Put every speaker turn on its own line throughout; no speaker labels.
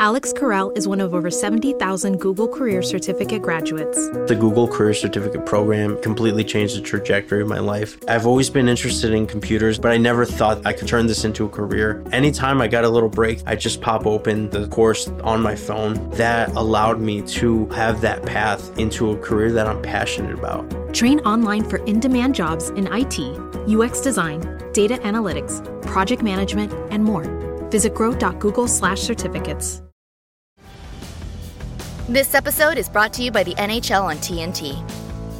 Alex Corral is one of over 70,000 Google Career Certificate graduates.
The Google Career Certificate program completely changed the trajectory of my life. I've always been interested in computers, but I never thought I could turn this into a career. Anytime I got a little break, I just pop open the course on my phone. That allowed me to have that path into a career that I'm passionate about.
Train online for in demand jobs in IT, UX design, data analytics, project management, and more. Visit grow.google slash certificates.
This episode is brought to you by the NHL on TNT.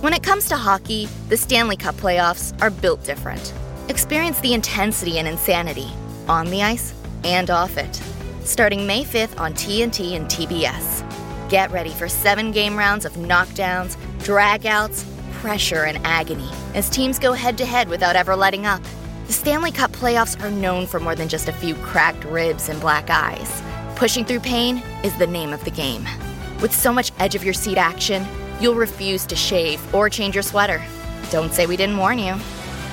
When it comes to hockey, the Stanley Cup playoffs are built different. Experience the intensity and insanity on the ice and off it. Starting May 5th on TNT and TBS. Get ready for seven game rounds of knockdowns, dragouts, pressure, and agony as teams go head to head without ever letting up. The Stanley Cup playoffs are known for more than just a few cracked ribs and black eyes. Pushing through pain is the name of the game. With so much edge of your seat action, you'll refuse to shave or change your sweater. Don't say we didn't warn you.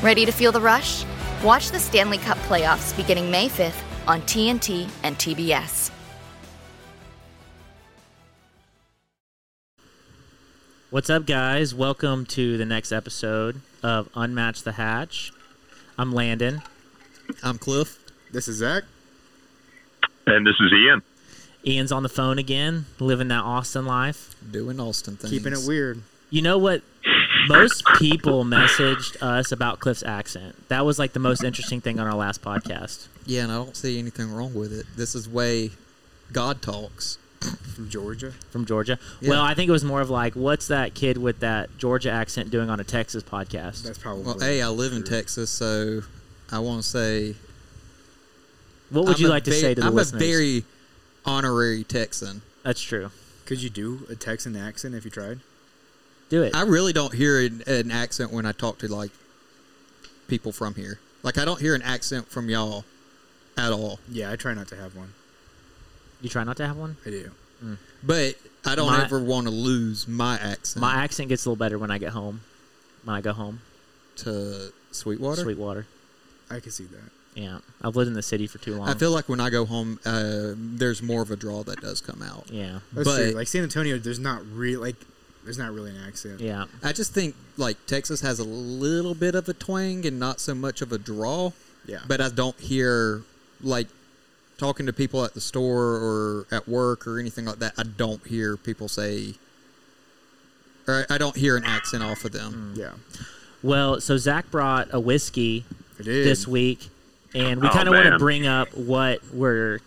Ready to feel the rush? Watch the Stanley Cup playoffs beginning May 5th on TNT and TBS.
What's up, guys? Welcome to the next episode of Unmatch the Hatch. I'm Landon.
I'm Cliff.
This is Zach.
And this is Ian.
Ian's on the phone again, living that Austin life.
Doing Austin things.
Keeping it weird.
You know what? Most people messaged us about Cliff's accent. That was like the most interesting thing on our last podcast.
Yeah, and I don't see anything wrong with it. This is way God talks.
From Georgia.
From Georgia.
Yeah.
Well, I think it was more of like, what's that kid with that Georgia accent doing on a Texas podcast?
That's probably.
Well,
uh,
A, I live in Texas, so I want to say.
what would
I'm
you
a
like to
ve-
say to the
I'm
listeners?
a very honorary Texan.
That's true.
Could you do a Texan accent if you tried?
Do it.
I really don't hear an, an accent when I talk to like people from here. Like I don't hear an accent from y'all at all.
Yeah, I try not to have one.
you try not to have one?
I do.
But I don't
My-
ever want to lose my accent
My accent gets a little better when I get home. When I go home,
to Sweetwater.
Sweetwater.
I can see that.
Yeah, I've lived in the city for too long.
I feel like when I go home, uh, there's more of a draw that does come out.
yeah,
That's
But-
true. Like San Antonio, there's not really like there's not really an accent.
yeah.
I just think like Texas has a little bit of a twang and not so much of a draw.
Yeah.
But I don't hear like talking to people at the store or at work or anything like that. I don't hear people say, or I I don't hear an accent off of them.
Yeah.
Well, so Zach brought a whiskey
It is.
this week, and we
Oh,
kind of want to
man.
bring up what we're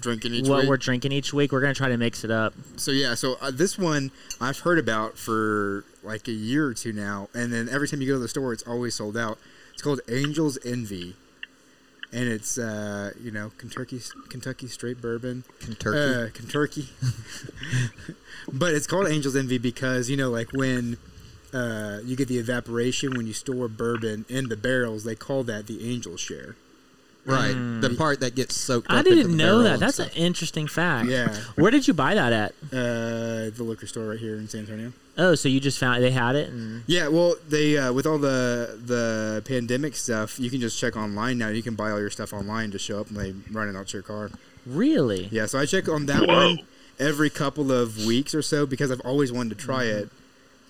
Drinking
what we're drinking each week. We're gonna try to mix it up.
So yeah, so uh, this one I've heard about for like a year or two now, and then every time you go to the store, it's always sold out. It's called Angel's Envy, and it's uh, you know Kentucky Kentucky straight bourbon,
Kentucky.
uh, Kentucky. but it's called Angel's Envy because you know like when. Uh, you get the evaporation when you store bourbon in the barrels. They call that the angel share.
right.
Uh, mm.
The part that gets soaked.
I
up into
didn't
the
know
barrel
that.
and
That's an
stuff.
interesting fact.
Yeah.
Where did you buy that at?
Uh, the liquor store right here in San Antonio.
Oh, so you just found they had it, and
Yeah, well, they uh, with all the the pandemic stuff, you can just check online now. You can buy all your stuff online to show up, and they run it out to your car.
really,
Yeah, so I check on that
Whoa.
one every couple of weeks or so because I've always wanted to try it,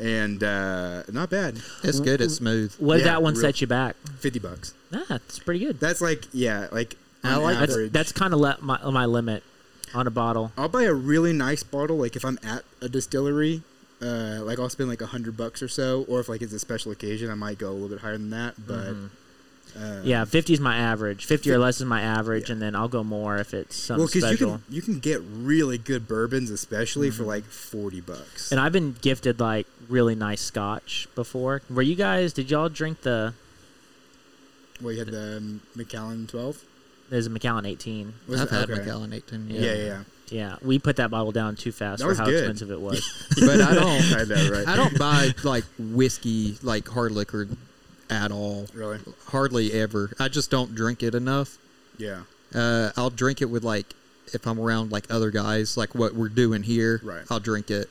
and uh, not bad,
it's good. It's smooth.
what did
Yeah,
that one
real-
set you back?
fifty bucks.
Ah, that's pretty good.
That's like yeah, like
I
on
like that.
That's
average.
that's kind of le- my my limit on a bottle.
I'll buy a really nice bottle, like if I'm at a distillery. Uh, like I'll spend like a hundred bucks or so, or if like it's a special occasion, I might go a little bit higher than that.
Mm-hmm.
But
Yeah, fifty is my average. Fifty or less is my average, and then I'll go more if it's something
well, because you
special.
can you can get really good bourbons, especially for
Mm-hmm.
like forty bucks.
And I've been gifted like really nice scotch before. Were you guys? Did y'all drink the?
well, you had the um, Macallan twelve.
There's a Macallan 18.
Was
I've
it-
had
okay.
Macallan 18.
Yeah, yeah, yeah.
Yeah, we put that bottle down too fast
That
for
was
how
good.
expensive it was.
but I don't.
I know, right?
I don't buy like whiskey, like hard liquor, at all.
Really?
Hardly ever. I just don't drink it enough.
Yeah,
Uh, I'll drink it with like if I'm around like other guys, like what we're doing here.
Right.
I'll drink it,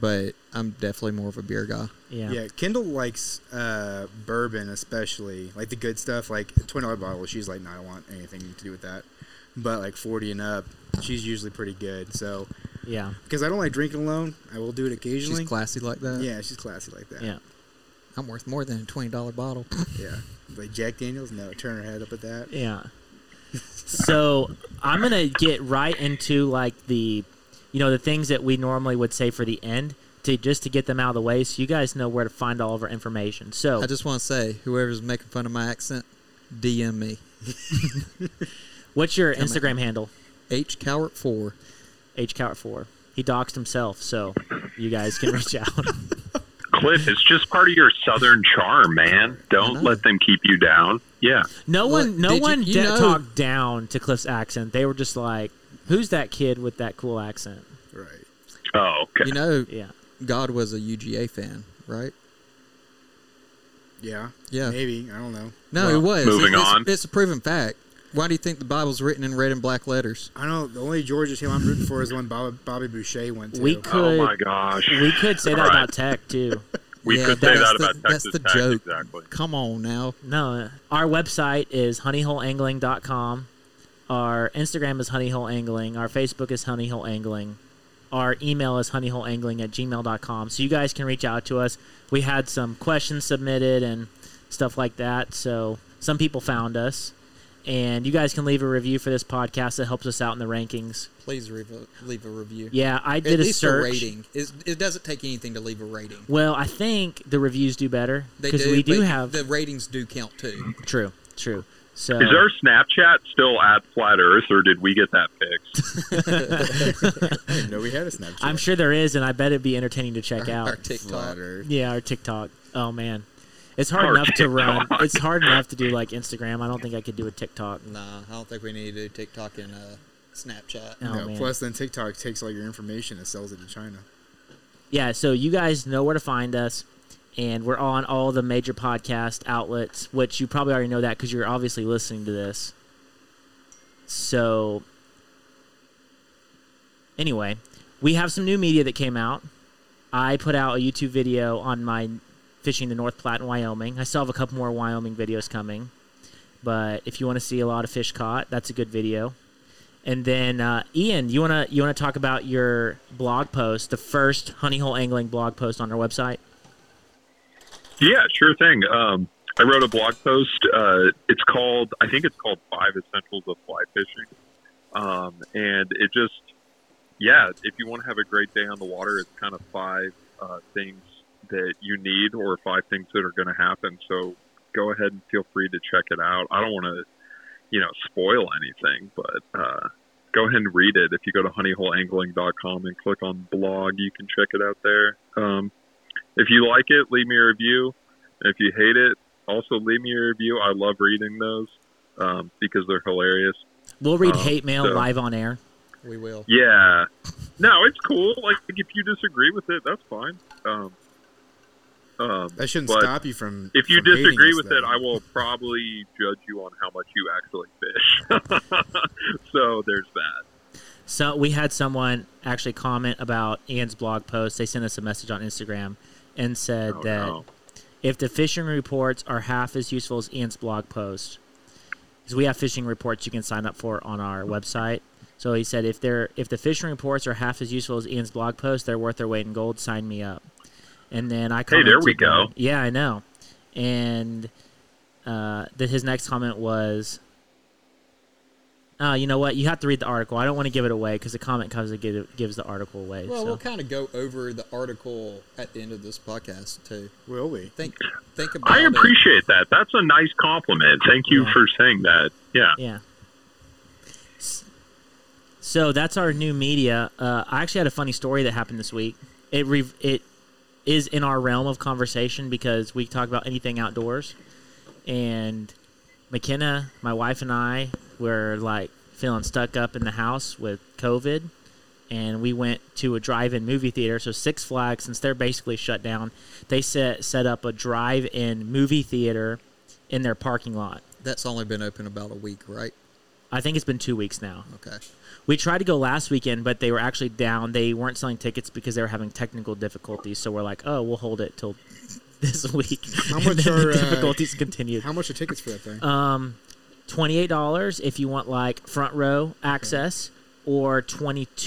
but I'm definitely more of a beer guy.
Yeah.
yeah. Kendall likes uh, bourbon, especially like the good stuff, like the twenty dollar bottle. She's like, no, I don't want anything to do with that.
but like 40 and up, she's usually pretty good. So
Yeah.
because I don't like drinking alone, I will do it occasionally.
She's classy like that.
yeah, she's classy like that.
Yeah.
I'm worth more than a twenty dollar bottle.
yeah. Like Jack Daniels, no, turn her head up at that.
Yeah. So I'm gonna get right into like the, you know, the things that we normally would say for the end to just to get them out of the way, so you guys know where to find all of our information. So
I just want to say, whoever's making fun of my accent, DM me.
what's your
Come on.
Instagram handle?
H Cowart four.
hcowart 4 He doxed himself, so you guys can reach out.
Cliff, it's just part of your southern charm, man.
I
Don't
know.
let them keep you down. Yeah.
No
Look,
one, no
did you-
one
you
da-
know-
talked down to Cliff's accent. They were just like, "Who's that kid with that cool accent?"
Right.
Oh, okay.
You know,
Yeah.
God was a UGA fan, right?
Yeah.
Yeah.
Maybe I don't know.
No,
Well,
it was.
moving
It's- it's-
on.
It's, a proven fact. Why do you think the Bible's written in red and black letters?
I know the only Georgia team I'm rooting for is the one Bobby, Bobby Boucher went to.
We
oh
could,
my gosh.
we could say that
All right.
about Tech too.
We
Yeah,
could say
that's
that
the-
about
that's
Texas
the
Tech,
joke.
exactly.
Come on now.
No, our website is honeyholeangling.com. Our Instagram is honeyholeangling. Our Facebook is honeyholeangling. Our email is honeyholeangling at gmail.com. So you guys can reach out to us. We had some questions submitted and stuff like that. So some people found us. And you guys can leave a review for this podcast. It helps us out in the rankings.
Please leave a, leave a review.
Yeah, I did
At
a
least
search.
a rating. It's, it doesn't take anything to leave a rating.
Well, I think the reviews do better
They
because we do
but
have
the ratings do count too.
true, true. So
Is our Snapchat still at Flat Earth, or did we get that fixed?
I didn't know we had a Snapchat.
I'm sure there is, and I bet it'd be entertaining to check out.
Our TikTok.
Flatter.
Yeah, or TikTok. Oh man, it's hard
Or
enough to run.
TikTok.
It's hard enough to do like Instagram. I don't think I could do a TikTok.
Nah, I don't think we need to do TikTok and uh, Snapchat.
No. Oh,
No,
man.
plus, then TikTok takes all your information and sells it to China.
Yeah, so you guys know where to find us, and we're on all the major podcast outlets, which you probably already know that because you're obviously listening to this. So, anyway, we have some new media that came out. I put out a YouTube video on my fishing the North Platte in Wyoming. I still have a couple more Wyoming videos coming, but if you want to see a lot of fish caught, that's a good video. And then uh, Ian, you wanna you wanna talk about your blog post, the first honey hole angling blog post on our website.
Yeah, sure thing. Um, I wrote a blog post. Uh, it's called, I think it's called Five Essentials of Fly Fishing. Um, and it just, yeah, if you want to have a great day on the water, it's kind of five uh, things that you need or five things that are going to happen. So go ahead and feel free to check it out. I don't want to, you know, spoil anything, but uh, go ahead and read it. If you go to honeyholeangling.com and click on blog, you can check it out there. Um, if you like it, leave me a review. And if you hate it, also leave me a review. I love reading those um, because they're hilarious.
We'll read
Oh,
hate mail
so-
live on air.
We will.
Yeah. No, it's cool. Like if you disagree with it, that's fine. Um, um,
That shouldn't
But
stop you from.
if you
from hating
disagree
us,
with
though.
it, I will probably judge you on how much you actually fish. so there's that.
So we had someone actually comment about Ian's blog post. They sent us a message on Instagram and said
Oh,
that
no.
if the fishing reports are half as useful as Ian's blog post, because we have fishing reports you can sign up for on our website. So he said, if they're if the fishing reports are half as useful as Ian's blog post, they're worth their weight in gold. Sign me up. And then I
Hey,
commented,
there we go.
back- Yeah, I know. And uh, that his next comment was, "Oh, you know what? You have to read the article. I don't want to give it away because the comment comes and give, gives the article away."
Well,
so.
we'll kind of go over the article at the end of this podcast too.
will we?
Think think about.
I
it.
appreciate that. That's a nice compliment. Thank you
Yeah.
for saying that. Yeah.
Yeah. S- So that's our new media. Uh, I actually had a funny story that happened this week. It re- it is in our realm of conversation because we talk about anything outdoors, and McKenna, my wife, and I were like feeling stuck up in the house with COVID, and we went to a drive-in movie theater. So Six Flags, since they're basically shut down, they set set up a drive-in movie theater in their parking lot.
That's only been open about a week, right?
I think it's been two weeks now.
Okay.
We tried to go last weekend, but they were actually down. They weren't selling tickets because they were having technical difficulties. So we're like, oh, we'll hold it till this week.
How
And
much
then
are,
the
uh,
difficulties continued?
How much are tickets for that thing?
Um, $28 if you want like front row access or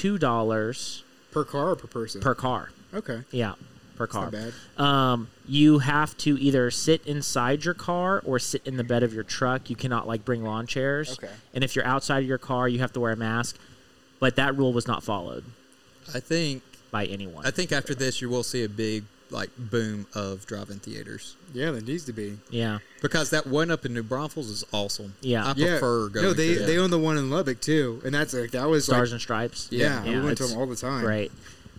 $22
per car or per person?
per car.
Okay.
Yeah, per car.
Not bad.
Um, you have to either sit inside your car or sit in the bed of your truck. You cannot like bring lawn chairs.
Okay.
And if you're outside of your car, you have to wear a mask. But that rule was not followed
I think
by anyone.
I think after this you will see a big like boom of drive-in theaters
Yeah, there needs to be.
yeah.
because that one up in New Braunfels is awesome.
Yeah.
I
Yeah.
prefer going.
no, they
to it.
they own the one in Lubbock too, and that's like that was
Stars
like,
and Stripes.
yeah,
Yeah,
we went to
it's
them all the time.
Right.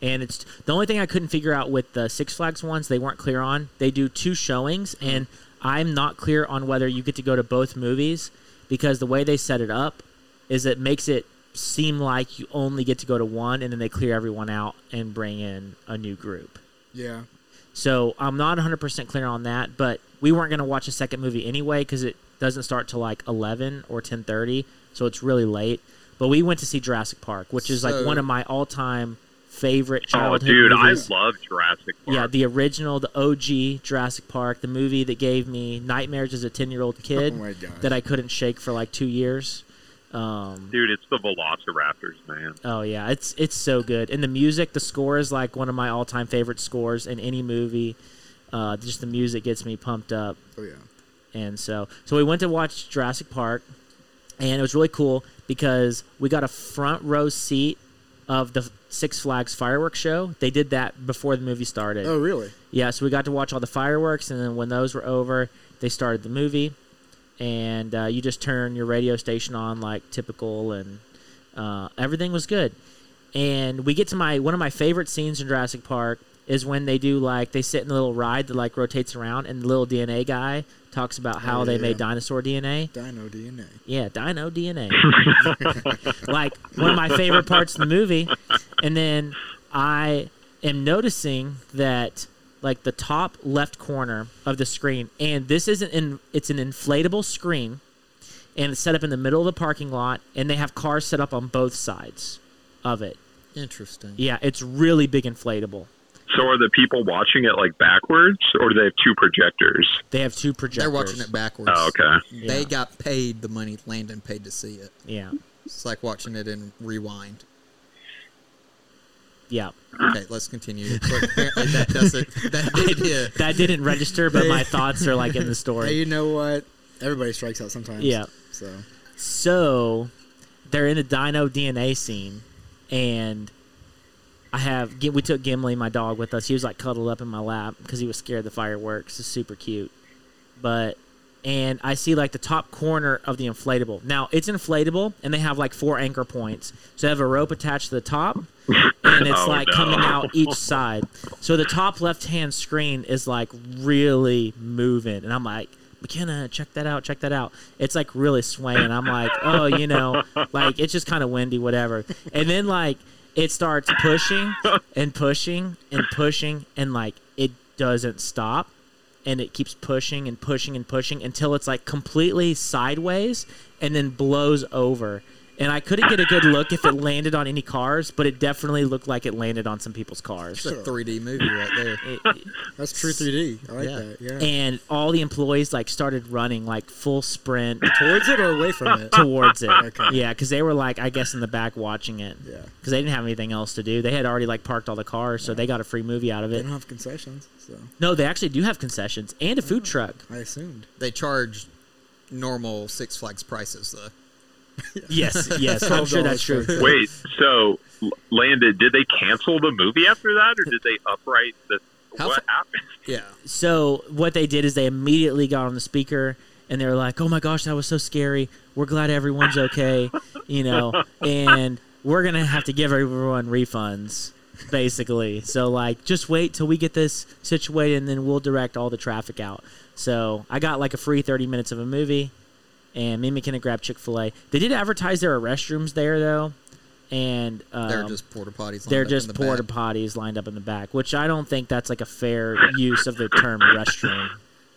And it's the only thing I couldn't figure out with the Six Flags ones, they weren't clear on. They do two showings,
Hmm.
and I'm not clear on whether you get to go to both movies because the way they set it up is it makes it seem like you only get to go to one, and then they clear everyone out and bring in a new group.
Yeah.
So I'm not 100% clear on that, but we weren't going to watch a second movie anyway because it doesn't start till like 11 or 10:30, so it's really late. But we went to see Jurassic Park, which is like
So-
one of my all-time favorite
Oh,
childhood
dude,
movies.
I love Jurassic Park.
yeah, the original, the OG Jurassic Park, the movie that gave me nightmares as a 10-year-old kid
Oh my gosh.
that I couldn't shake for like 2 years. Um,
dude, it's the Velociraptors, man.
Oh yeah, it's it's so good. And the music, the score is like one of my all time favorite scores in any movie. Uh, just the music gets me pumped up,
Oh yeah.
and so so we went to watch Jurassic Park, and it was really cool because we got a front row seat of the Six Flags fireworks show. They did that before the movie started.
Oh really?
Yeah, so we got to watch all the fireworks, and then when those were over, they started the movie, and uh, you just turn your radio station on like typical, and uh, everything was good. And we get to my one of my favorite scenes in Jurassic Park is when they do like they sit in the little ride that like rotates around, and the little DNA guy talks about how
Oh,
they
yeah.
made dinosaur DNA.
Dino DNA.
Yeah, dino DNA. like one of my favorite parts of the movie. And then I am noticing that like the top left corner of the screen and this isn't in it's an inflatable screen and it's set up in the middle of the parking lot and they have cars set up on both sides of it.
interesting.
Yeah, it's really big inflatable.
So are the people watching it like backwards, or do they have two projectors?
They have two projectors.
They're watching it backwards.
Oh, okay.
They
Yeah.
got paid the money Landon paid to see it.
Yeah.
It's like watching it in rewind.
Yeah.
Okay, let's continue. But apparently that doesn't. That did hit.
That didn't register, but my thoughts are like in the story.
Hey, you know what? Everybody strikes out sometimes.
Yeah.
So
So they're in the dino DNA scene, and I have Gi- we took Gimli, my dog, with us. He was like cuddled up in my lap because he was scared of the fireworks. It's super cute, but and I see like the top corner of the inflatable. Now it's inflatable, and they have like four anchor points. So they have a rope attached to the top, and it's
Oh,
like
no.
coming out each side. So the top left hand screen is like really moving, and I'm like, McKenna, check that out, check that out. It's like really swaying. I'm like, oh, you know, like it's just kind of windy, whatever. And then like it starts pushing and pushing and pushing, and like it doesn't stop and it keeps pushing and pushing and pushing until it's like completely sideways and then blows over. And I couldn't get a good look if it landed on any cars, but it definitely looked like it landed on some people's cars.
It's a 3D movie right there.
that's true 3D. I like
Yeah.
that. Yeah.
And all the employees like started running like full sprint
Towards it or away from it?
towards it.
Okay.
Yeah, because they were like, I guess, in the back watching it.
Yeah.
Because they didn't have anything else to do. They had already like parked all the cars, so they got a free movie out of
They
it.
don't have concessions, so
No, they actually do have concessions and a
Oh.
food truck.
I assumed.
They charge normal Six Flags prices though.
Yes, yes, I'm sure that's true.
Wait, so L- Landon, did they cancel the movie after that, or did they upright the?
How
what
fa-
happened?
Yeah.
so what they did is they immediately got on the speaker and they were like, "Oh my gosh, that was so scary. We're glad everyone's okay, you know, and we're gonna have to give everyone refunds." Basically, so like, just wait till we get this situated, and then we'll direct all the traffic out. So I got like a free thirty minutes of a movie, and me and McKenna grabbed Chick Fil A. They did advertise there are restrooms there though, and um,
They're just porta potties.
they're
lined up
just
in the
porta
back.
potties lined up in the back, which I don't think that's like a fair use of the term restroom.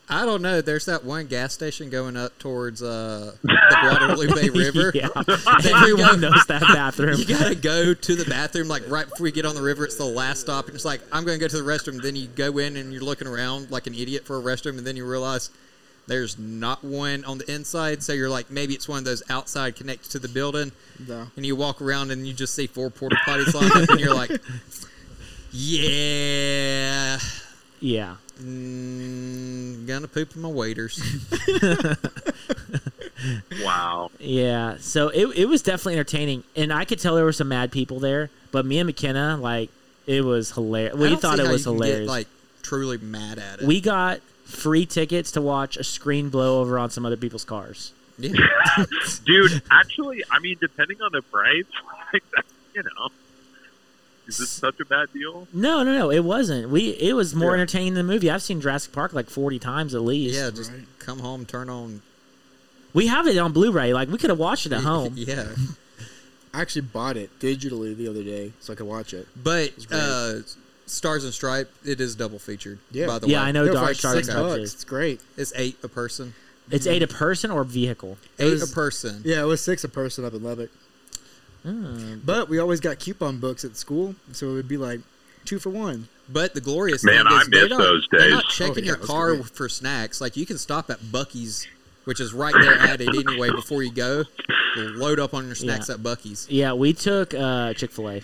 I don't know. There's that one gas station going up towards uh, the Guadalupe Bay River.
yeah,
you
everyone
go.
knows that bathroom.
You gotta go to the bathroom like right before you get on the river. It's the last stop, and it's like I'm gonna go to the restroom. Then you go in and you're looking around like an idiot for a restroom, and then you realize There's not one on the inside, so you're like maybe it's one of those outside connected to the building,
No.
and you walk around and you just see four porta potties lined up, and you're like, yeah,
Yeah.
mm, gonna poop in my waders.
Wow.
Yeah, so it, it was definitely entertaining, and I could tell there were some mad people there. But me and McKenna, like, it was hilarious.
I
We
don't
thought
see
it
how
was
you can get,
hilarious.
like truly mad at it.
we got free tickets to watch a screen blow over on some other people's cars.
yeah.
Dude, actually, I mean, depending on the price, like, you know, is this such a bad deal?
No, no, no, it wasn't. We it was more
Yeah.
entertaining than the movie. I've seen Jurassic Park like forty times at least.
yeah, just
Right.
come home, turn on.
we have it on Blu-ray. Like we could have watched it at home.
yeah.
I actually bought it digitally the other day so I could watch it.
But
great.
uh, Stars and Stripe, it is double featured.
Yeah.
by the
Yeah,
way.
I know
They're
Dark
for like
Star
six
Trek
bucks.
is.
It's great.
It's eight a person.
It's eight a person or vehicle.
Eight
was-
a person.
Yeah, it was six a person up in Lubbock. But we always got coupon books at school, so it would be like two for one.
But the glorious
Man,
thing
I
is, they're
miss
not,
those
they're not
days.
checking
Oh, yeah,
your
it was
car
great.
for snacks. Like you can stop at Bucky's, which is right there at it anyway. Before you go, load up on your snacks
Yeah.
at Bucky's.
Yeah, we took uh, Chick Fil A.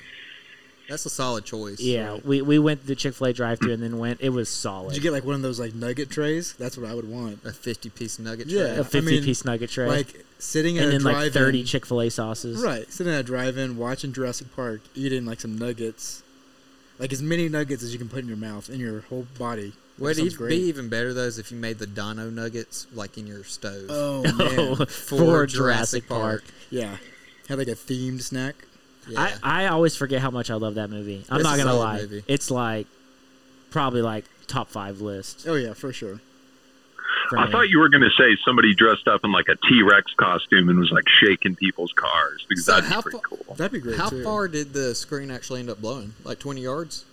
That's a solid choice.
Yeah, we, we went to the Chick Fil A drive-through and then went. It was solid.
Did you get like one of those like nugget trays? That's what I would want.
a fifty-piece nugget.
Yeah.
tray.
a
I
50
mean,
piece nugget tray
Like sitting at
and
a
then like
drive-in,
30 chick-fil-a sauces
right? Sitting at a drive-in, watching Jurassic Park, eating like some nuggets, like as many nuggets as you can put in your mouth in your whole body. That
Would
sounds
it be even better though is if you made the Dino nuggets like in your stove
Oh
Oh,
man,
for,
For
Jurassic
Jurassic
Park.
yeah. Had like a themed snack.
Yeah.
I, I always forget how much I love that movie. I'm
It's
not
a
going to
solid
lie.
movie.
It's like probably like top five list.
Oh yeah, for sure.
For
I
me.
thought you were going to say somebody dressed up in like a T Rex costume and was like shaking people's cars because
So
that'd be
how
pretty
fa-
cool.
That'd be great.
How
too.
far did the screen actually end up blowing? Like twenty yards.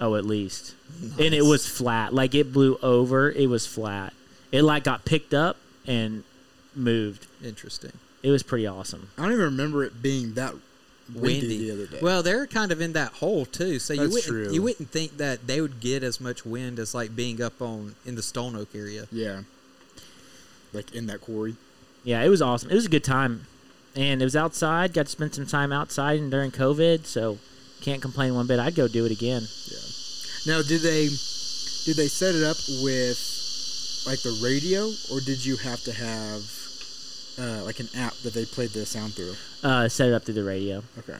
oh, at least. And it was flat. Like it blew over. It was flat. It like got picked up and moved.
Interesting.
It was pretty awesome.
I don't even remember it being that windy,
windy.
the other day.
Well, they're kind of in that hole too, so you
That's
wouldn't
true.
you wouldn't think that they would get as much wind as like being up on in the Stone Oak area.
yeah, like in that quarry.
Yeah, it was awesome. It was a good time. And it was outside. Got to spend some time outside and during COVID. So can't complain one bit. I'd go do it again.
Now, did they did they set it up with like the radio, or did you have to have uh, like an app that they played the sound through?
Uh, set it up through the radio.
Okay.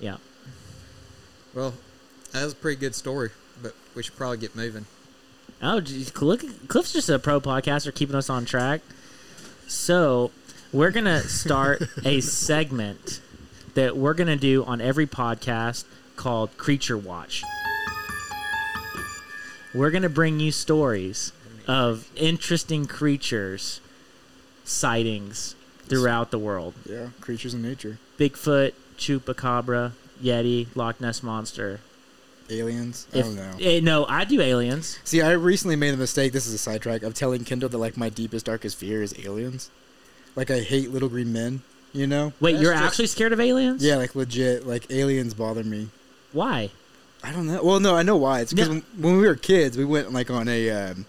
Yeah.
Well, that was a pretty good story, but we should probably get moving.
Oh, geez. Look, Cliff's just a pro podcaster, keeping us on track. So we're gonna start a segment that we're gonna do on every podcast called Creature Watch. We're gonna bring you stories of interesting creatures sightings throughout the world.
Yeah, creatures in nature,
Bigfoot, chupacabra, Yeti, Loch Ness monster.
aliens. I don't know.
eh, no, I do aliens.
See, I recently made the mistake. This is a sidetrack of telling Kendall that like my deepest, darkest fear is aliens. Like I hate little green men. You know?
Wait,
That's
you're
just-
actually scared of aliens?
Yeah, like legit. Like aliens bother me.
Why?
I don't know. Well, no, I know why. It's because
No.
when we were kids, we went like on a um,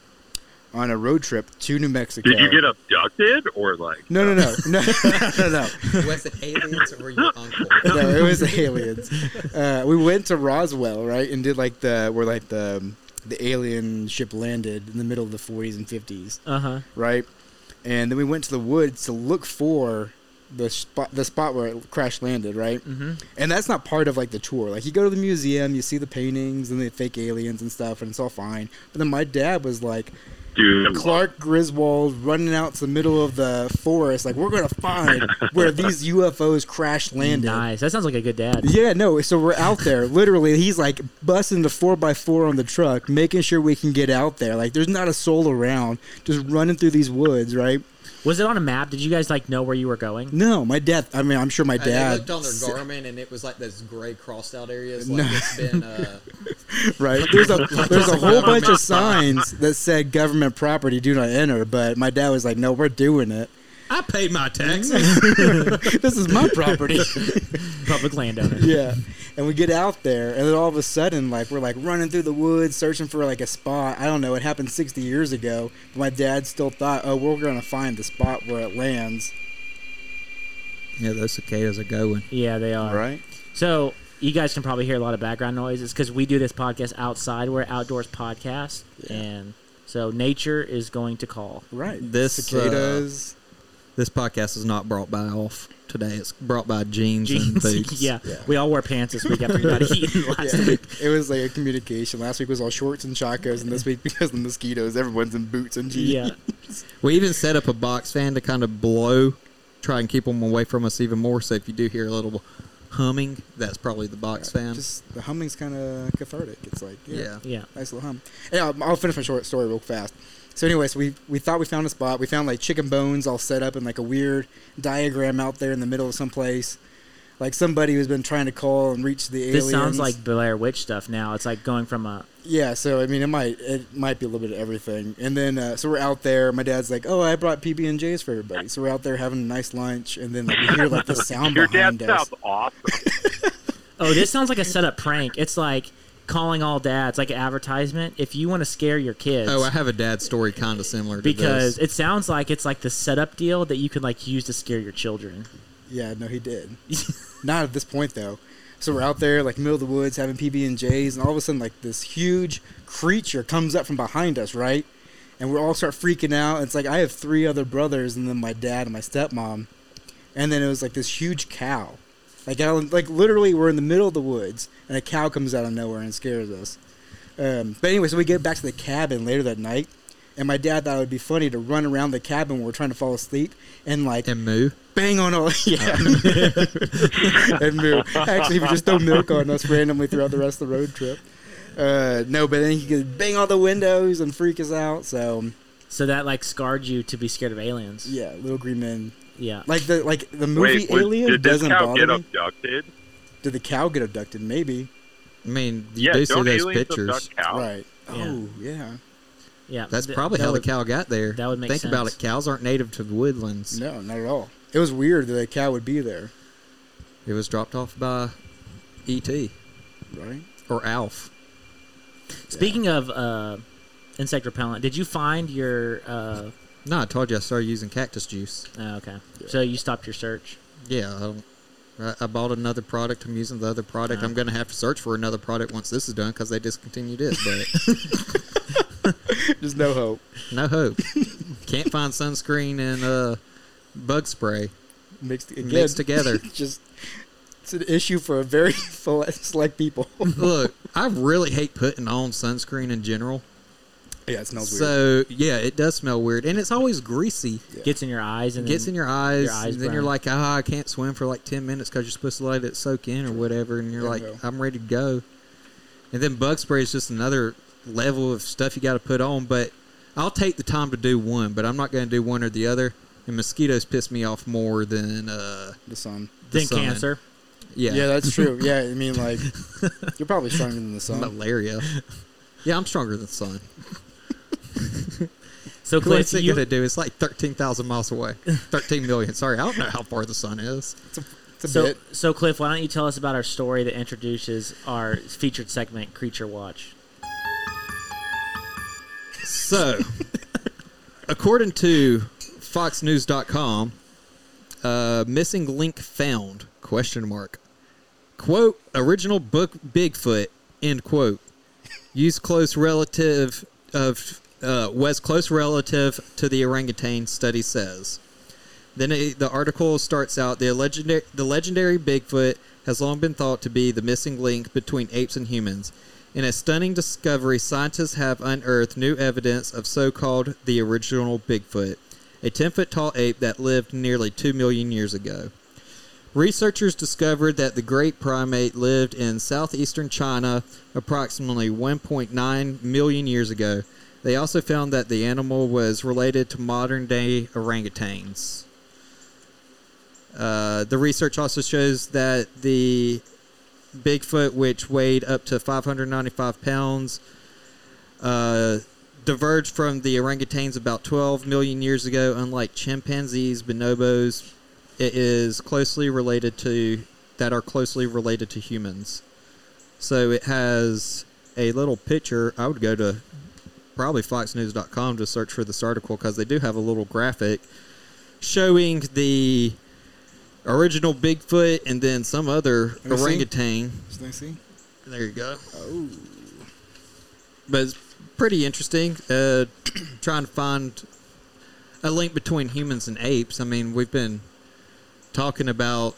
on a road trip to New Mexico.
Did you get abducted or like?
No, no, no, no, no, no.
Was it aliens or were your uncle?
No, it was aliens. Uh, we went to Roswell, right, and did like the where like the um, the alien ship landed in the middle of the 40s and 50s,
Uh huh.
right? And then we went to the woods to look for the spot the spot where it crash landed, right?
Mm-hmm.
And that's not part of like the tour. Like you go to the museum, you see the paintings and the fake aliens and stuff, and it's all fine. But then my dad was like,
Dude,
Clark Griswold running out to the middle of the forest, like we're gonna find where these UFOs crash landed.
Nice. That sounds like a good dad.
Yeah, no. So we're out there. Literally, he's like bussing the four by four on the truck, making sure we can get out there. Like there's not a soul around, just running through these woods, right?
Was it on a map? Did you guys like know where you were going?
No, my dad. I mean, I'm sure my
Uh, They
dad.
looked on their Garmin and it was like those gray crossed out areas. Like it's been uh,
right? There's a there's a whole bunch
Government.
of signs that said government property, do not enter. But my dad was like, no, we're doing it.
I paid my taxes.
this is my property.
Public landowner.
yeah. And we get out there, and then all of a sudden, like we're like running through the woods, searching for like a spot. I don't know. It happened 60 years ago, but my dad still thought, oh, we're gonna find the spot where it lands.
Yeah, those cicadas are going.
Yeah, they
All
are.
right.
So you guys can probably hear a lot of background noise. It's because we do this podcast outside. We're an outdoors podcast, and so nature is going to call.
Right.
This,
cicadas.
This podcast is not brought by off today. It's brought by jeans, and boots.
Jeans. yeah. we all wore pants this week after we got eaten last
yeah,
week.
it was like a communication. Last week was all shorts and chacos, and this week because of the mosquitoes, everyone's in boots and jeans.
Yeah,
We even set up a box fan to kind of blow, try and keep them away from us even more. So if you do hear a little humming, that's probably the box fan.
Just the humming's kind of cathartic. It's like yeah.
yeah.
yeah.
Nice little hum. Yeah, I'll- I'll finish my short story real fast. So, anyways, we we thought we found a spot. We found like chicken bones all set up in like a weird diagram out there in the middle of some place. Like somebody who's been trying to call and reach the aliens.
This sounds like Blair Witch stuff. Now it's like going from a
yeah. So I mean, it might it might be a little bit of everything. And then uh, so we're out there. My dad's like, "Oh, I brought PB and J's for everybody." So we're out there having a nice lunch, and then like, we hear like the sound
Your dad
behind us.
sounds awesome.
oh, this sounds like a setup prank. It's like calling all dads, like an advertisement. If you want to scare your kids,
Oh, I have a dad story kind of similar to
because
this.
it sounds like it's like the setup deal that you can like use to scare your children.
Yeah, no, he did. Not at this point though. So we're out there, like middle of the woods, having PB and J's, and all of a sudden, like this huge creature comes up from behind us, right? And we all start freaking out. It's like I have three other brothers, and then my dad and my stepmom, and then it was like this huge cow. Like, I, like literally, we're in the middle of the woods, and a cow comes out of nowhere and scares us. Um, but anyway, so we get back to the cabin later that night, and my dad thought it would be funny to run around the cabin when we're trying to fall asleep, and like
and moo.
bang on all yeah and moo. actually we just throw milk on us randomly throughout the rest of the road trip uh no but then he could bang all the windows and freak us out so
So that like scarred you to be scared of aliens.
yeah little green men
yeah.
like the like the movie
Wait, was-
alien
did this
doesn't
cow
bother
get
me
abducted?
did the cow get abducted maybe
I mean, you
Yeah,
do see
don't
those
aliens
pictures.
abduct cows?
right oh yeah
yeah.
That's
Th-
probably
that
how
would-
the cow got there.
that would make
Think about
sense.
it. Cows aren't native to the woodlands.
no not at all it was weird that a cow would be there
It was dropped off by E.T.
right
or Alf.
Speaking of uh, insect repellent, did you find your? Uh,
No, I told you I started using cactus juice.
oh, okay, so you stopped your search.
Yeah, I, don't, I, I bought another product. I'm using the other product. I'm going to have to search for another product once this is done because they discontinued it. But
there's no hope
no hope. Can't find sunscreen and uh, bug spray
mixed again
mixed together.
just it's an issue for a very select people
Look, I really hate putting on sunscreen in general.
yeah it smells weird
So yeah, it does smell weird, and it's always greasy.
Gets in your eyes and
Gets
then-
in your eyes,
Mm. your eyes
and then you're
burn.
like, ah, I can't swim for like ten minutes because you're supposed to let it soak in or whatever, and you're like,
Bingo.
I'm ready to go. And then bug spray is just another level of stuff you got to put on. But I'll take the time to do one, but I'm not going to do one or the other. And mosquitoes piss me off more than uh,
the sun
the
then
sun.
cancer.
Yeah,
Yeah, that's true. Yeah, I mean, like, you're probably stronger than the sun.
malaria. yeah, I'm stronger than the sun.
So
What's
Cliff,
it
you,
going to do? It's like 13,000 miles away. 13 million. Sorry, I don't know how far the sun is.
It's a
so
bit.
so Cliff, why don't you tell us about our story that introduces our featured segment, Creature Watch?
So, according to FoxNews.com, uh, missing link found? Question mark. Quote: Original book Bigfoot. End quote. Use close relative of uh, was close relative to the orangutan. Study says. Then it, the article starts out the legendary the legendary Bigfoot has long been thought to be the missing link between apes and humans. In a stunning discovery, scientists have unearthed new evidence of so-called the original Bigfoot, a 10-foot tall ape that lived nearly 2 million years ago. Researchers discovered that the great primate lived in southeastern China approximately 1.9 million years ago. They also found that the animal was related to modern day orangutans. Uh, the research also shows that the Bigfoot, which weighed up to 595 pounds, uh, diverged from the orangutans about 12 million years ago. Unlike chimpanzees, bonobos, it is closely related to that are closely related to humans. So it has a little picture. I would go to probably foxnews.com to search for this article because they do have a little graphic showing the original Bigfoot and then some other
Let me see.
orangutan.
Let me see.
There you go. Oh. But it's pretty interesting. Uh, trying to find a link between humans and apes. I mean, we've been talking about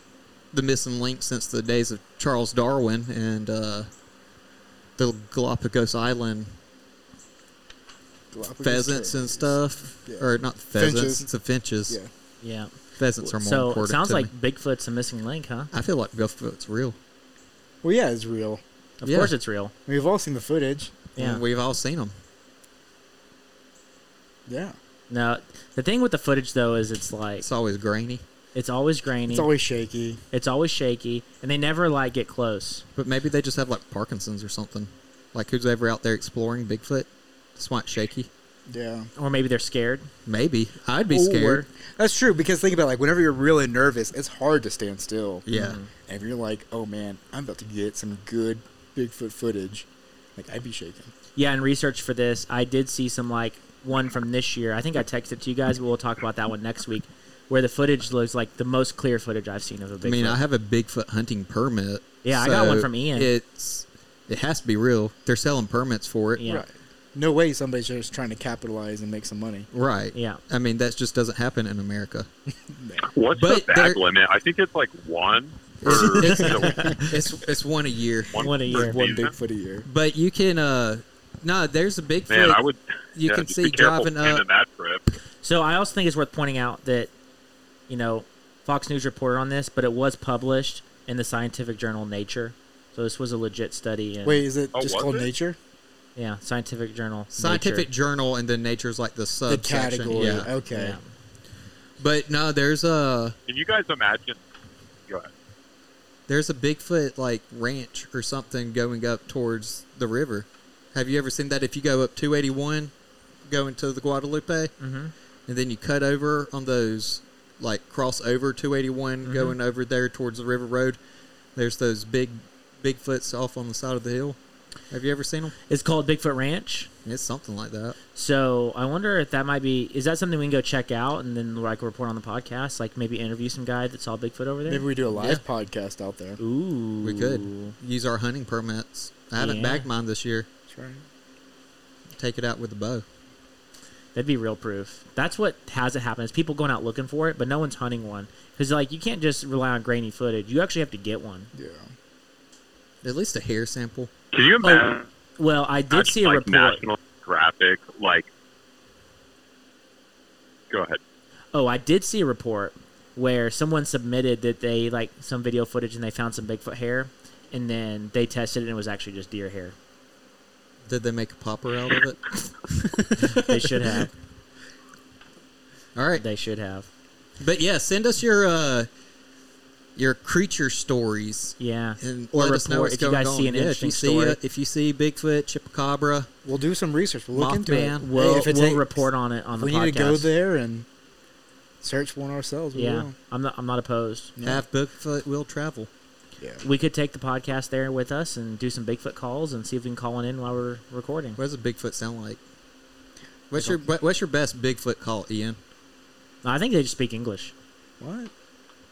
the missing link since the days of Charles Darwin and uh, the Galapagos Island
Galapagos
pheasants
turkeys.
and stuff.
Yeah.
Or not pheasants,
Finches.
it's the finches.
Yeah.
Yeah.
Pheasants are more
So it
important.
sounds
to
like
me.
Bigfoot's a missing link, huh?
I feel like Bigfoot's real.
Well, yeah, it's real.
Of
Yeah.
course it's real.
We've all seen the footage.
Yeah.
And we've all seen them.
Yeah.
Now, the thing with the footage though is it's like
It's always grainy.
it's always grainy.
It's always shaky.
it's always shaky, and they never like get close.
But maybe they just have like Parkinson's or something. Like who's ever out there exploring Bigfoot? It's quite shaky.
Yeah.
Or maybe they're scared.
Maybe I'd be scared.
That's true because think about it, like whenever you're really nervous, it's hard to stand still.
Yeah.
And if you're like, oh man, I'm about to get some good Bigfoot footage, like I'd be shaking.
Yeah, and research for this, I did see some like one from this year. I think I texted it to you guys, but we'll talk about that one next week, where the footage looks like the most clear footage I've seen of a Bigfoot.
I mean, I have a Bigfoot hunting permit.
Yeah, I got one
so
from Ian.
It's it has to be real. They're selling permits for it.
Yeah.
Right. No way somebody's just trying to capitalize and make some money.
Right.
Yeah.
I mean, that just doesn't happen in America.
What's
But
the
there-
bag limit? I think it's like one. Or
It's,
is it
it's it's one a year.
one,
One a
per
year.
One
season?
Bigfoot a year.
But you can uh no, there's a Bigfoot.
Man, I would.
you
yeah,
can
just
see
be careful
driving
planning
up.
that trip.
So I also think it's worth pointing out that, you know, Fox News reported on this, but it was published in the scientific journal Nature. So this was a legit study. In,
Wait, is it
Oh,
just
was
called
it?
nature?
Yeah, scientific journal.
Scientific
Nature.
journal and then nature's like the
The
subsection.
category.
Yeah.
Okay.
Yeah.
But no, there's uh, a
Can you guys imagine? Go ahead.
There's a Bigfoot like ranch or something going up towards the river. Have you ever seen that? If you go up 281, going to the Guadalupe, mm-hmm. and then you cut over on those, like cross over 281, going over there towards the river road. There's those big Bigfoots off on the side of the hill. Have you ever seen them?
It's called Bigfoot Ranch.
It's something like that.
So I wonder if that might be is that something we can go check out and then like report on the podcast, like maybe interview some guy that saw Bigfoot over there.
Maybe we do a live
Yeah.
podcast out there.
Ooh,
We could use our hunting permits. I haven't
Yeah.
bagged mine this year.
That's right.
Take it out with a bow.
That'd be real proof. That's what hasn't happened is people going out looking for it, but no one's hunting one because like you can't just rely on grainy footage. You actually have to get one.
Yeah.
At least a hair sample.
Can you imagine?
Well, I did
Oh, That's
see a
like
report.
National Graphic, like. Go ahead.
Oh, I did see a report where someone submitted that they like some video footage and they found some Bigfoot hair, and then they tested it and it was actually just deer hair.
Did they make a popper out of it?
They should have.
All right.
they should have.
But yeah, send us your uh your creature stories
Yeah.
and
Or
let us
report
know what's
if you
going
guys
on.
see an
yeah, if
interesting
you see
story.
A, if you see Bigfoot, Chupacabra,
We'll do some research. We'll look into it.
Mothman.
We'll,
Hey, if it
we'll
takes-
report on it on
If
the
we
podcast.
need to go there and search one ourselves. We
Yeah,
will.
I'm not. I'm not opposed.
Yeah.
half Bigfoot will travel.
Yeah.
We could take the podcast there with us and do some Bigfoot calls and see if we can call one in while we're recording.
What does a Bigfoot sound like? What's your what- what's your best Bigfoot call, Ian?
I think they just speak English.
What?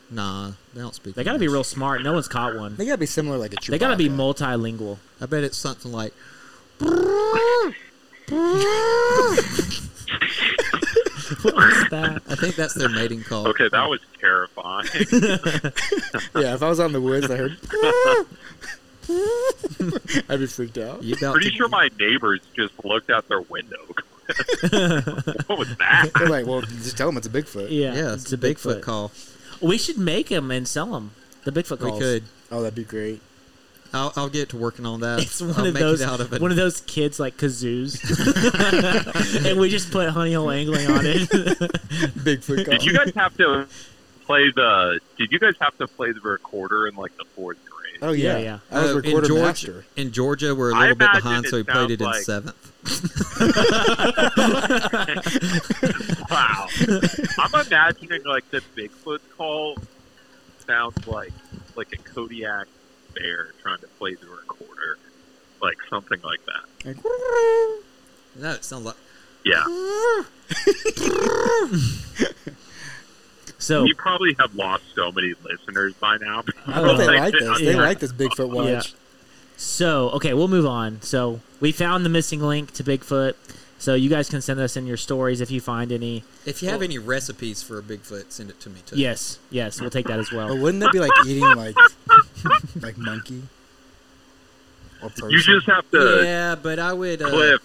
Nah, they don't speak.
They got to be
English.
real smart. No one's caught one.
They gotta be similar, like a.
They got to be
Chewbacca.
multilingual.
I bet it's something like
What was that?
I think that's their mating call.
Okay, that was terrifying.
Yeah, if I was on the woods, I heard. "Ah!" I'd be freaked out.
You about
Pretty
to-
sure my neighbors just looked out their window. what was that?
They're like, well, just tell them it's a Bigfoot.
Yeah,
Yeah, it's, a Bigfoot, call.
We should make them and sell them. The Bigfoot calls.
We could.
Oh, that'd be great.
I'll, I'll get to working on that.
It's one
I'll
of
make it
those
out of it.
one of those kids like kazoos, and we just put honey hole angling on it.
Bigfoot
Did you
call.
guys have to play the? Did you guys have to play the recorder in like the fourth grade?
Oh yeah,
Yeah, yeah.
I was
Uh,
recorder
Georgia,
master.
In Georgia, we're a
I
little bit
imagine
behind,
it
so we played
sounds
it in
like-
seventh.
Wow, I'm imagining like the Bigfoot call sounds like like a Kodiak bear trying to play the recorder, like something like that.
No, it sounds like
Yeah,
So
you probably have lost so many listeners by now.
I
I
don't
But they
know.
like this. They
Uh, Yeah.
like this Bigfoot watch.
So, okay, we'll move on. So, we found the missing link to Bigfoot. So, you guys can send us in your stories if you find any.
if you have any recipes for a Bigfoot, send it to me too.
Yes, yes, we'll take that as
But
well.
wouldn't that be like eating like like monkey or person?
You just have to
Yeah, but I would. Uh,
clip.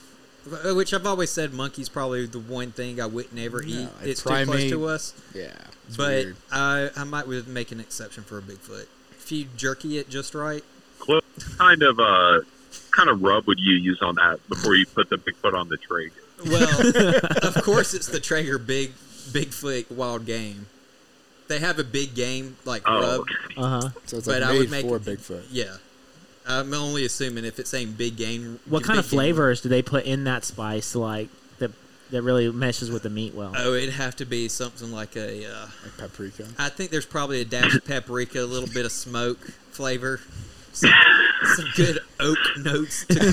which I've always said, monkey's probably the one thing I would never
No,
eat.
a
It's too close
primate.
to us.
yeah, it's
but
weird.
I, I might would make an exception for a Bigfoot. If you jerky it just right,
What kind of uh, kind of rub would you use on that before you put the Bigfoot on the trigger?
well, of course it's the Traeger Big Bigfoot Wild Game. They have a big game like
Oh,
rub,
okay.
Uh huh.
so it's
but
like
I would
made
make
for Bigfoot.
Yeah, I'm only assuming if it's saying big game.
What kind
big
of
game-
flavors do they put in that spice, like, that, that really meshes with the meat well?
Oh, it'd have to be something like a. Uh,
Like paprika.
I think there's probably a dash of paprika, a little bit of smoke flavor, some, some good oak notes to come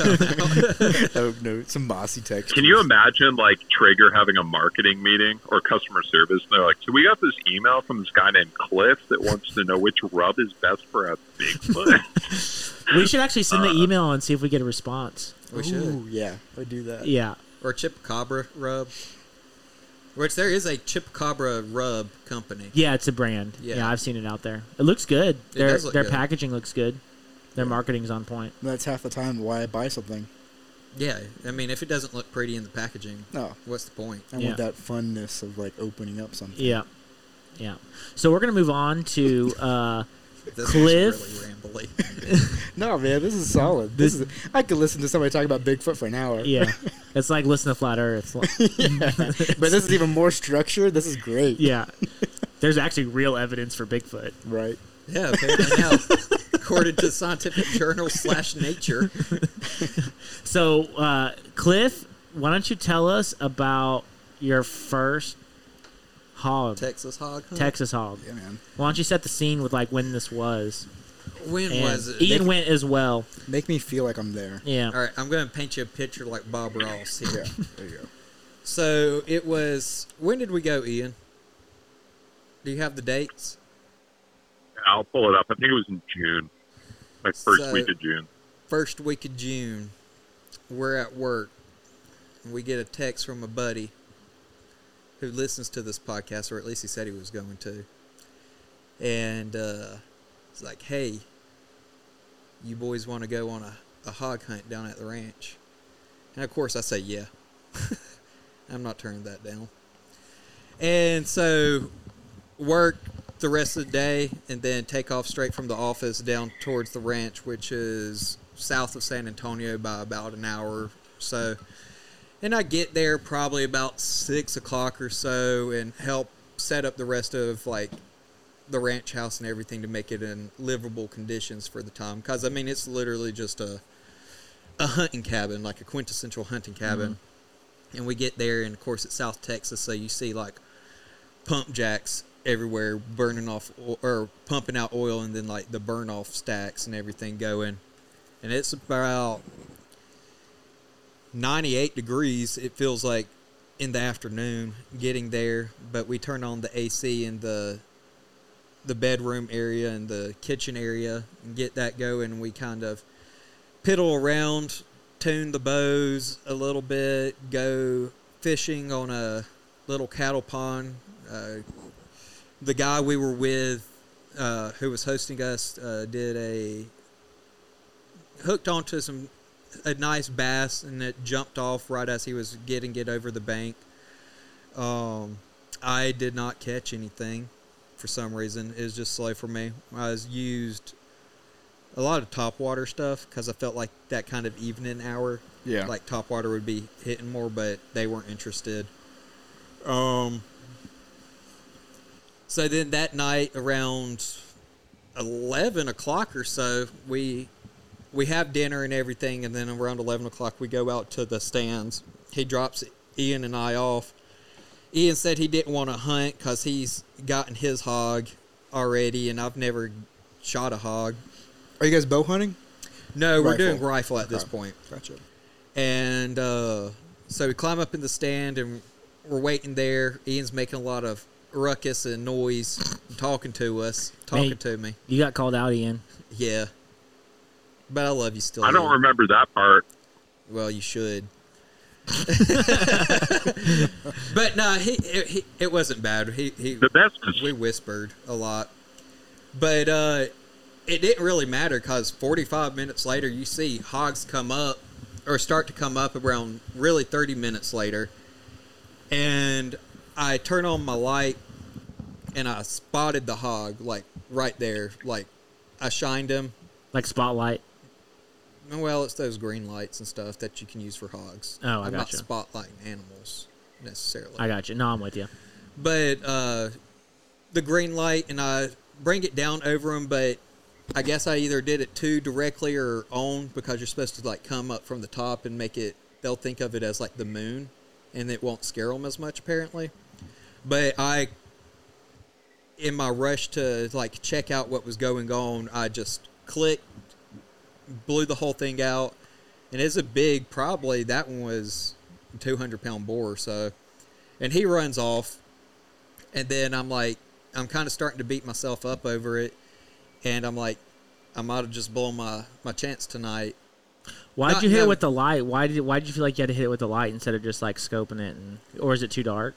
out.
oh no, some mossy texture.
Can you imagine like Traeger having a marketing meeting or customer service? And they're like, "So we got this email from this guy named Cliff that wants to know which rub is best for a Bigfoot."
we should actually send the
uh,
email and see if we get a response.
we should.
Ooh, yeah, I do
uh,
that.
Yeah.
or Chip Cobra rub. Which there is a Chip Cobra rub company.
Yeah, it's a brand. Yeah,
Yeah.
I've seen it out there. It looks good.
It
their
does look
their
good.
packaging looks good. Their marketing's on point.
And That's half the time why I buy something.
Yeah, I mean, if it doesn't look pretty in the packaging,
No,
what's the point?
Oh, I
Yeah.
want that funness of like opening up something.
Yeah. Yeah. So, we're going to move on to. Uh,
This
Cliff?
is really rambly.
No, man, this is solid. This is. I could listen to somebody talk about Bigfoot for an hour.
yeah. it's like listen to Flat Earth.
but this is even more structured. This is great.
Yeah. There's actually real evidence for Bigfoot.
Right.
Yeah, apparently now, according to Scientific Journal slash Nature,
So, uh, Cliff, why don't you tell us about your first hog,
Texas hog. Hunt.
Texas hog?
Yeah, man.
Why don't you set the scene with like when this was?
when
And
was it?
Ian went as well.
Make me feel like I'm there.
Yeah.
All right, I'm going to paint you a picture like Bob Ross here.
Yeah. There you go.
So it was. When did we go, Ian? Do you have the dates?
I'll pull it up. I think it was in June, like first
So-
week of June.
first week of June, we're at work. And we get a text from a buddy who listens to this podcast, or at least he said he was going to. And uh, it's like, hey, you boys want to go on a, a hog hunt down at the ranch? And of course, I say, yeah. I'm not turning that down. And so, work the rest of the day and then take off straight from the office down towards the ranch, which is south of San Antonio by about an hour or so. And I get there probably about six o'clock or so and help set up the rest of like the ranch house and everything to make it in livable conditions for the time. Because I mean, it's literally just a a hunting cabin, like a quintessential hunting cabin. And we get there, and of course, it's South Texas, so you see like pump jacks everywhere burning off o- or pumping out oil and then like the burn off stacks and everything going and it's about 98 degrees it feels like in the afternoon getting there but we turn on the ac in the the bedroom area and the kitchen area and get that going and we kind of piddle around tune the bows a little bit go fishing on a little cattle pond uh, the guy we were with uh, who was hosting us uh, did a hooked onto some a nice bass and it jumped off right as he was getting it over the bank. Um, I did not catch anything for some reason. It was just slow for me. I was used a lot of top water stuff because I felt like that kind of evening hour,
Yeah.
like top water would be hitting more, but they weren't interested. Um. So then that night around eleven o'clock or so, we we have dinner and everything, and then around eleven o'clock we go out to the stands. He drops Ian and I off. Ian said he didn't want to hunt because he's gotten his hog already, and I've never shot a hog.
Are you guys bow hunting?
No, we're
Rifle.
doing rifle at this
Okay.
point.
Gotcha.
And uh, so we climb up in the stand and we're waiting there. Ian's making a lot of ruckus and noise, and talking to us, talking
Mate.
to me.
You got called out, Ian.
Yeah. But I love you still.
I don't
Ian.
remember that part.
Well, you should. but no, he, he it wasn't bad. He, he
The best was
we whispered a lot, but uh, it didn't really matter because 45 minutes later, you see hogs come up or start to come up around really 30 minutes later, and I turn on my light and I spotted the hog like right there, like I shined him.
Like spotlight.
Well, it's those green lights and stuff that you can use for hogs.
Oh, I
I'm
gotcha.
not spotlighting animals necessarily
I got you. No, I'm with you.
but uh, the green light and I bring it down over him, but I guess I either did it too directly or on because you're supposed to like come up from the top and make it. They'll think of it as like the moon, and it won't scare them as much apparently. But I, in my rush to like check out what was going on, I just clicked, blew the whole thing out, and it's a big. Probably that one was a 200 pound boar, so. And he runs off, and then I'm like, I'm kind of starting to beat myself up over it, and I'm like, I might have just blown my my chance tonight.
Why'd
Not-
you hit
no.
it with the light? Why did Why did you feel like you had to hit it with the light instead of just like scoping it? And, or is it too dark?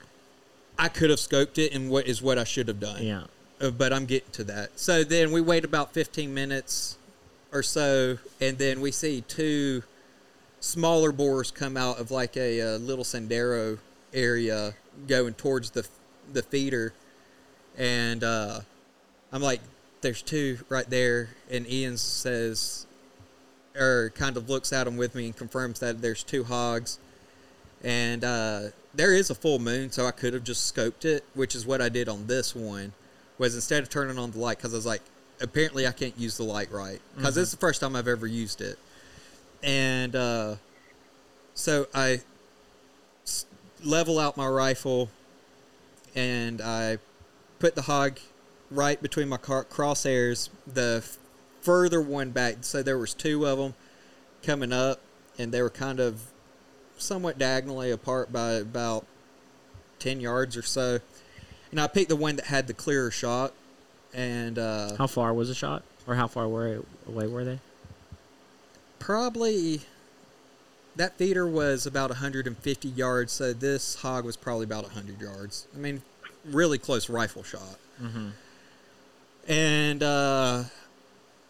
I could have scoped it, and what is what I should have done.
Yeah.
Uh, but I'm getting to that. So then we wait about 15 minutes or so, and then we see two smaller boars come out of like a, uh little sendero area going towards the the feeder, and uh, I'm like, "There's two right there," and Ian says, or kind of looks at them with me and confirms that there's two hogs and uh, there is a full moon, so I could have just scoped it, which is what I did on this one. Was instead of turning on the light, because I was like, apparently I can't use the light right, because this is the first time I've ever used it, and uh, so I s- level out my rifle, and I put the hog right between my car- crosshairs, the f- further one back. So there was two of them coming up, and they were kind of somewhat diagonally apart by about 10 yards or so. And I picked the one that had the clearer shot. And uh,
How far was the shot, or how far were away were they?
probably that feeder was about 150 yards. So this hog was probably about 100 yards. I mean, really close rifle shot. And uh,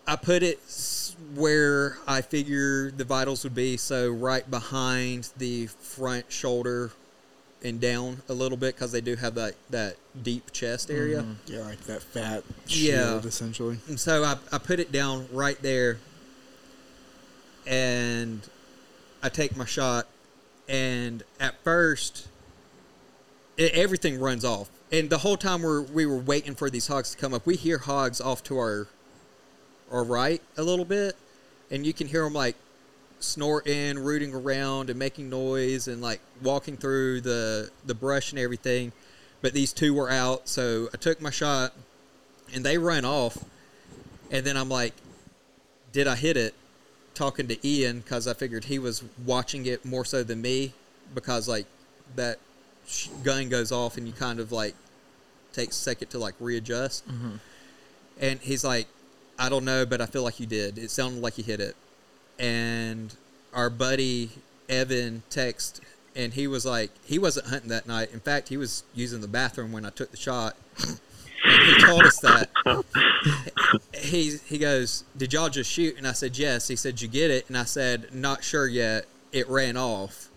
I put it s- where I figure the vitals would be. So right behind the front shoulder and down a little bit because they do have that, that deep chest area.
Yeah, like that fat shield,
Yeah.
essentially.
And so I, I put it down right there and I take my shot. And at first, it, everything runs off. And the whole time we're, we were waiting for these hogs to come up, we hear hogs off to our, our right a little bit. And you can hear them like snorting, rooting around, and making noise and like walking through the, the brush and everything. But these two were out. So I took my shot and they run off and then i'm like did i hit it talking to ian because i figured he was watching it more so than me because like that sh- gun goes off and you kind of like take a second to like readjust and he's like i don't know but i feel like you did it sounded like you hit it and our buddy evan text and he was like he wasn't hunting that night in fact he was using the bathroom when i took the shot and he told us that. he he goes, "Did y'all just shoot?" And I said, "Yes." He said, "You get it?" And I said, "Not sure yet." It ran off,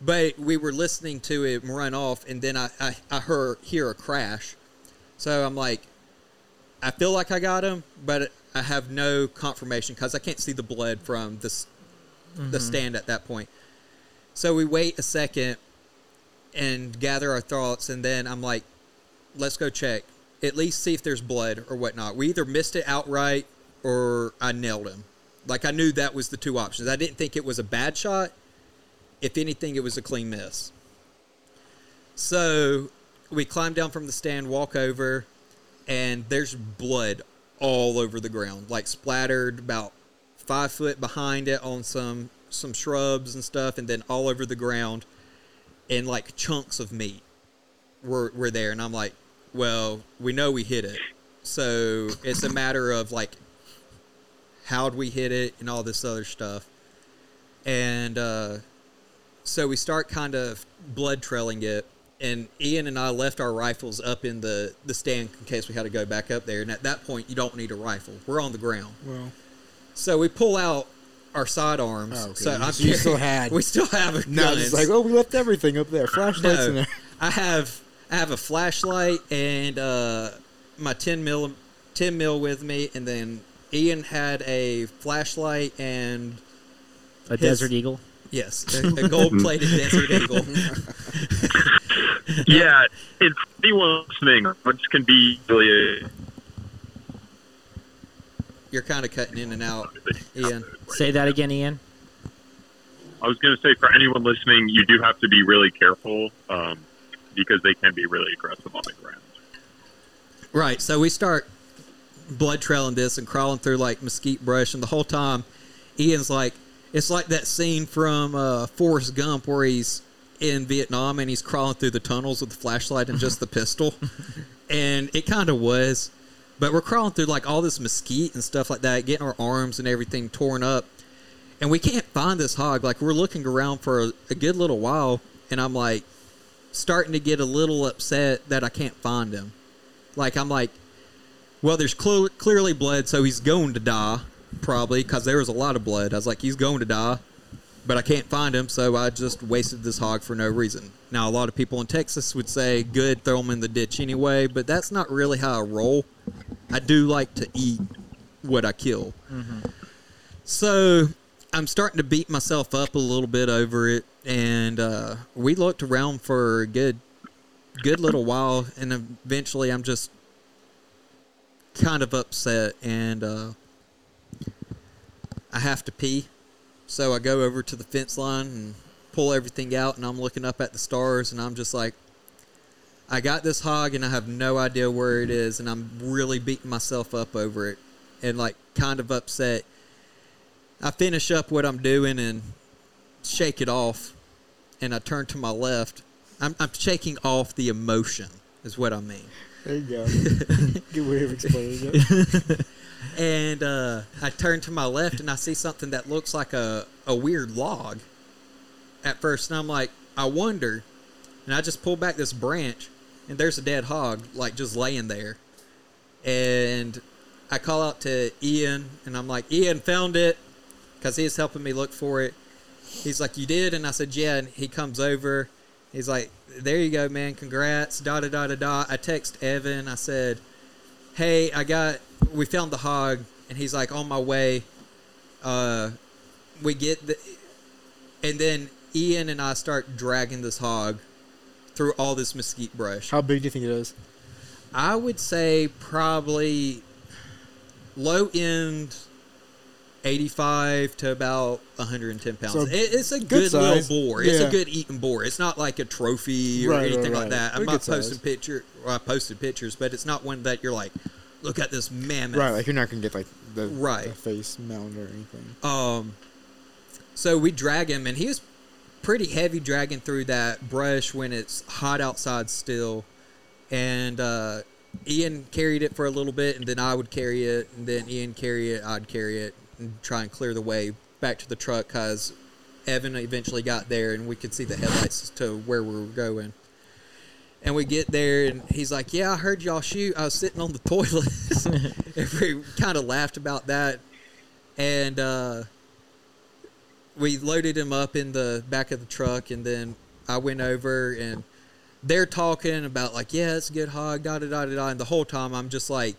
but we were listening to it run off, and then I I, I hear hear a crash, so I'm like, I feel like I got him, but I have no confirmation because I can't see the blood from the s the stand at that point. So we wait a second and gather our thoughts, and then I'm like, let's go check. At least see if there's blood or whatnot. We either missed it outright or I nailed him. Like I knew that was the two options. I didn't think it was a bad shot. If anything, it was a clean miss. So we climb down from the stand, walk over, and there's blood all over the ground, like splattered about five foot behind it on some some shrubs and stuff, and then all over the ground, and like chunks of meat were were there, and I'm like, well, we know we hit it, so it's a matter of like how'd we hit it and all this other stuff, and uh, so we start kind of blood trailing it and ian and i left our rifles up in the, the stand in case we had to go back up there and at that point you don't need a rifle we're on the ground
Well,
so we pull out our sidearms
Oh, okay.
so
You-
I'm
you still had-
we still have a
no,
guns.
it's like oh, we left everything up there, flashlights in
No,
there.
i have i have a flashlight and uh, my 10 mil 10 mil with me and then ian had a flashlight and
A Desert Eagle.
yes a, a gold-plated desert eagle
Yeah, if anyone listening, which can be really
You're kind of cutting in and out, Ian.
Say that again, Ian.
I was going to say for anyone listening, you do have to be really careful um, because they can be really aggressive on the ground.
Right. So we start blood trailing this and crawling through like mesquite brush, and the whole time, Ian's like, it's like that scene from uh, Forrest Gump where he's in Vietnam and he's crawling through the tunnels with the flashlight and just the pistol, and it kind of was. But we're crawling through like all this mesquite and stuff like that, getting our arms and everything torn up, and we can't find this hog. Like we're looking around for a, a good little while, and I'm like starting to get a little upset that I can't find him. Like I'm like, well, there's cl- clearly blood, so he's going to die, probably because there was a lot of blood. I was like, he's going to die, but I can't find him, so I just wasted this hog for no reason. Now, a lot of people in Texas would say, good, throw him in the ditch anyway, but that's not really how I roll. I do like to eat what I kill, so I'm starting to beat myself up a little bit over it, and uh, we looked around for a good good little while, and eventually I'm just kind of upset, and uh, I have to pee. So I go over to the fence line and pull everything out, and I'm looking up at the stars, and I'm just like, I got this hog, and I have no idea where it is, and I'm really beating myself up over it, and like kind of upset. I finish up what I'm doing and shake it off, and I turn to my left. I'm, I'm shaking off the emotion, is what I mean.
There you go. Good way of explaining it.
And uh, I turn to my left and I see something that looks like a, a weird log at first. And I'm like, I wonder. And I just pull back this branch and there's a dead hog, like just laying there. And I call out to Ian and I'm like, Ian found it because he is helping me look for it. He's like, You did? And I said, Yeah. And he comes over. He's like, There you go, man. Congrats. Da da da da da. I text Evan. I said, hey, I got, we found the hog, and he's like, on my way. Uh, we get the, and then Ian and I start dragging this hog through all this mesquite brush.
How big do you think it is?
I would say probably low end. 85 to about 110 pounds.
So,
It- it's a good,
size.
little boar. It's
Yeah.
a good eating boar. It's not like a trophy or
Right, right,
anything
right.
like that. I'm
Pretty
not
good size.
posting picture. Or I posted pictures, but it's not one that you're like, look at this mammoth.
Right, like you're not gonna get like the,
Right.
the face mound or anything.
Um, so we drag him, and he was pretty heavy dragging through that brush when it's hot outside still. And uh, Ian carried it for a little bit, and then I would carry it, and then Ian carry it, I'd carry it, and try and clear the way back to the truck because Evan eventually got there, and we could see the headlights to where we were going. And we get there, and he's like, "Yeah, I heard y'all shoot. I was sitting on the toilet." and we kind of laughed about that and uh, we loaded him up in the back of the truck, and then I went over and they're talking about like, yeah, it's a good hog, da da da da da, and the whole time I'm just like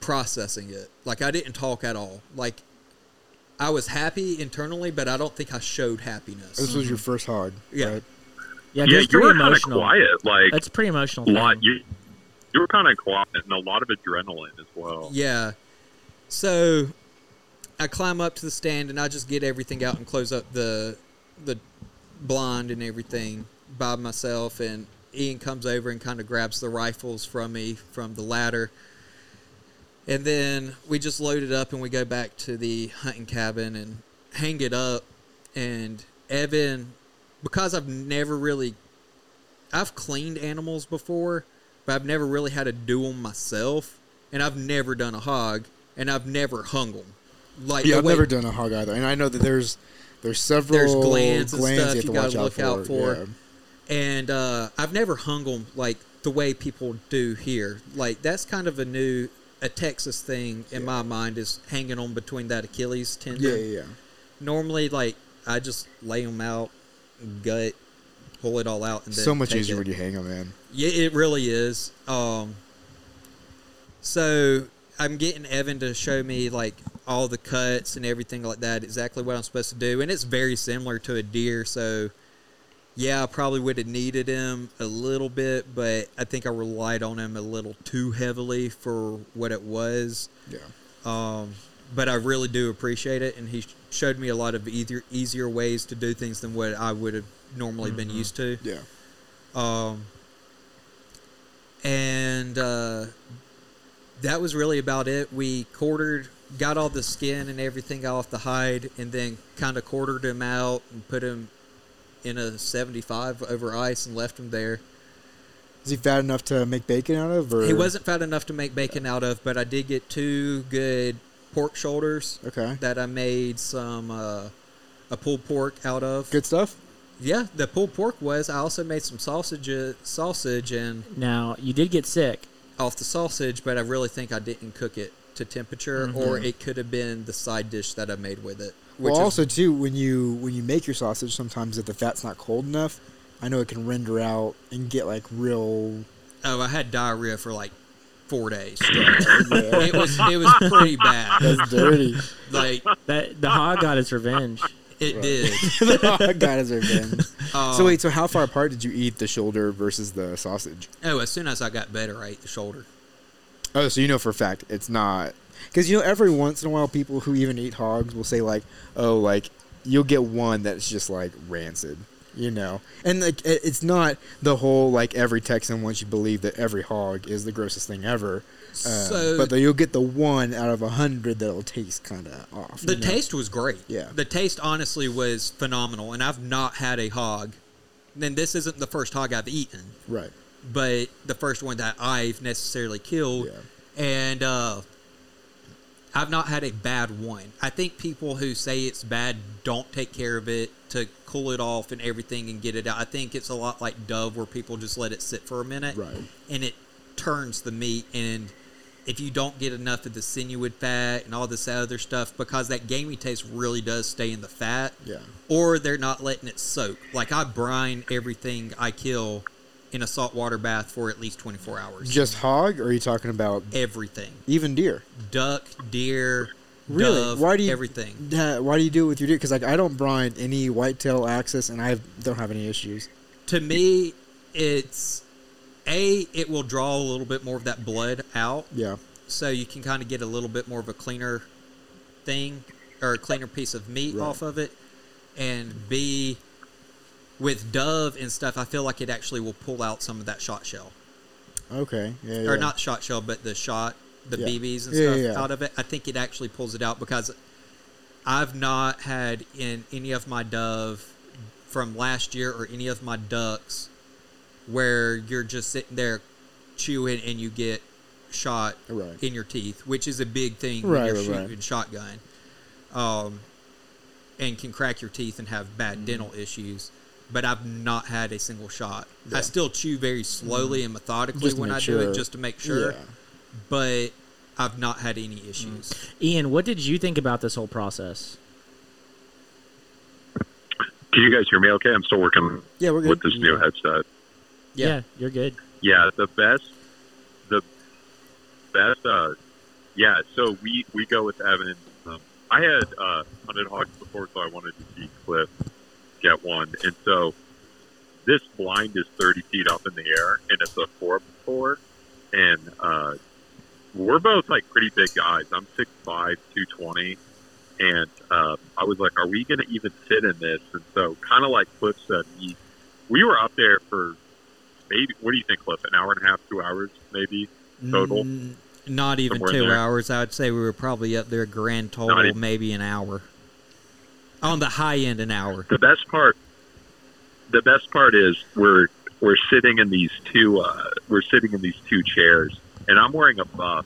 processing it. Like I didn't talk at all. Like I was happy internally, but I don't think I showed happiness.
This was your first hog.
Yeah.
right?
Yeah,
yeah,
that's pretty
you were kind of
emotional.
quiet, like
That's a pretty emotional.
a lot.
thing.
You you were kind of quiet and a lot of adrenaline as well.
Yeah. So I climb up to the stand and I just get everything out and close up the the blind and everything by myself and Ian comes over and kind of grabs the rifles from me from the ladder. And then we just load it up and we go back to the hunting cabin and hang it up. And Evan, because I've never really, I've cleaned animals before, but I've never really had to do them myself. And I've never done a hog, and I've never hung them. Like
Yeah,
the
I've
way-
never done a hog either, and I know that there's there's several
There's glands and
glands
stuff
you have to
you gotta
watch out
look
for.
out for.
Yeah.
and uh, I've never hung them like the way people do here. Like that's kind of a new a Texas thing in my mind is hanging on between that Achilles tendon.
yeah, yeah, yeah.
Normally, like I just lay them out, gut, pull it all out, and then
So much
take
easier
it.
when you hang them, man.
Yeah, it really is. Um, so I'm getting Evan to show me like all the cuts and everything like that, exactly what I'm supposed to do, and it's very similar to a deer. So yeah, I probably would have needed him a little bit, but I think I relied on him a little too heavily for what it was.
Yeah.
Um, but I really do appreciate it, and he sh- showed me a lot of easier easier ways to do things than what I would have normally been used to.
Yeah.
Um, and uh, that was really about it. We quartered, got all the skin and everything off the hide, and then kind of quartered him out and put him in a 75 over ice and left him there.
Is he fat enough to make bacon out of? Or?
He wasn't fat enough to make bacon out of, but I did get two good pork shoulders
Okay.
that I made some uh, a pulled pork out of.
Good stuff.
Yeah, the pulled pork was. I also made some sausage uh, sausage and
Now you did get sick.
off the sausage, but I really think I didn't cook it to temperature, or it could have been the side dish that I made with it. Which
Mm-hmm. well,
is-
also too, when you when you make your sausage, sometimes if the fat's not cold enough, I know it can render out and get like real.
oh, I had diarrhea for like four days. it was it was pretty bad.
That's dirty.
Like
That the hog got its revenge.
it did.
God is revenge.
Um,
so wait, so how far apart did you eat the shoulder versus the sausage?
Oh, as soon as I got better, I ate the shoulder.
Oh, so you know for a fact it's not because you know every once in a while people who even eat hogs will say like, oh, like you'll get one that's just like rancid, you know, and like it- it's not the whole like every Texan wants you to believe that every hog is the grossest thing ever. Uh,
So-
but the, you'll get the one out of a hundred that'll taste kind of off.
The
you know?
taste was great.
Yeah.
The taste honestly was phenomenal, and I've not had a hog. Then this isn't the first hog I've eaten.
right?
but the first one that I've necessarily killed.
Yeah.
And uh, I've not had a bad one. I think people who say it's bad don't take care of it to cool it off and everything and get it out. I think it's a lot like dove where people just let it sit for a minute
Right.
and it turns the meat and if you don't get enough of the sinewy fat and all this other stuff because that gamey taste really does stay in the fat
Yeah.
or they're not letting it soak. Like I brine everything I kill in a saltwater bath for at least 24 hours.
Just hog, or are you talking about
everything.
even deer?
Duck, deer,
Really?
dove,
why do you
everything.
that- why do you do it with your deer? Because like I don't brine any whitetail axis, and I don't have any issues.
To me, it's a it will draw a little bit more of that blood out
Yeah.
so you can kind of get a little bit more of a cleaner thing or a cleaner piece of meat off of it. And B with dove and stuff, I feel like it actually will pull out some of that shot shell.
Okay. Yeah. yeah.
or not shot shell, but the shot, the
Yeah.
BBs and
Yeah,
stuff
yeah, yeah.
out of it. I think it actually pulls it out because I've not had in any of my dove from last year or any of my ducks where you're just sitting there chewing and you get shot
Right.
in your teeth, which is a big thing
Right,
when you're
right, right.
shooting shotgun. Um, and can crack your teeth and have bad
Mm-hmm.
dental issues. But I've not had a single shot. I still chew very slowly and methodically
Mm-hmm. Just to
when
make
I do
sure.
it, just to make sure.
Yeah.
But I've not had any issues.
Ian, what did you think about this whole process?
Can you guys hear me? Okay, I'm still working
Yeah, we're good.
with this new headset.
Yeah.
you're good.
Yeah, the best, the best. Uh, yeah, so we we go with Evan. Um, I had uh, hunted hogs before, so I wanted to see Cliff get one, and so this blind is thirty feet up in the air, and it's a four by four, and uh, we're both like pretty big guys. I'm six five, two twenty. And um, I was like, "Are we going to even fit in this?" And so, kind of like Cliff said, we, we were up there for maybe. What do you think, Cliff? An hour and a half, two hours, maybe total.
Mm, not even
Somewhere in
two
there.
hours. I'd say we were probably up there grand
Not
total,
even-
maybe an hour. On the high end, an hour.
The best part, the best part is we're we're sitting in these two uh, we're sitting in these two chairs, and I'm wearing a muff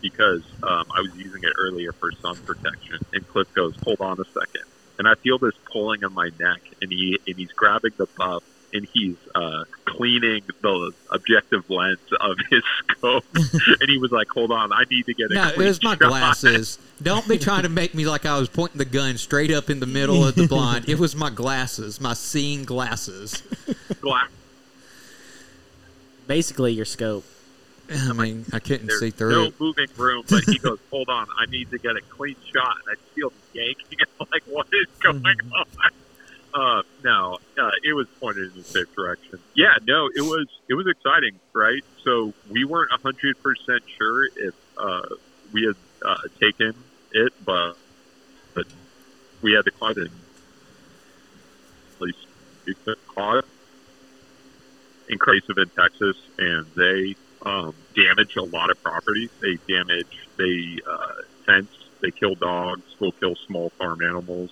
because um, I was using it earlier for sun protection. And Cliff goes, "Hold on a second. and I feel this pulling on my neck, and he and he's grabbing the buff. And he's uh, cleaning the objective lens of his scope, and he was like, "Hold on, I need to get a
No, it
clean
was my
shot."
glasses. Don't be trying to make me like I was pointing the gun straight up in the middle of the blind. It was my glasses, my seeing glasses.
Gla-
Basically, your scope.
I mean, I couldn't
There's
see
no
through it.
moving room, but he goes, "Hold on, I need to get a clean shot." And I feel the yanking. I'm like, "What is going on?" Uh, no, uh, it was pointed in the safe direction. Yeah, no, it was it was exciting, right? So we weren't hundred percent sure if uh, we had uh, taken it, but but we had the caught it. At least we caught it in Craven, Texas, and they um, damage a lot of property. They damage, they uh, fence, they kill dogs, will kill small farm animals.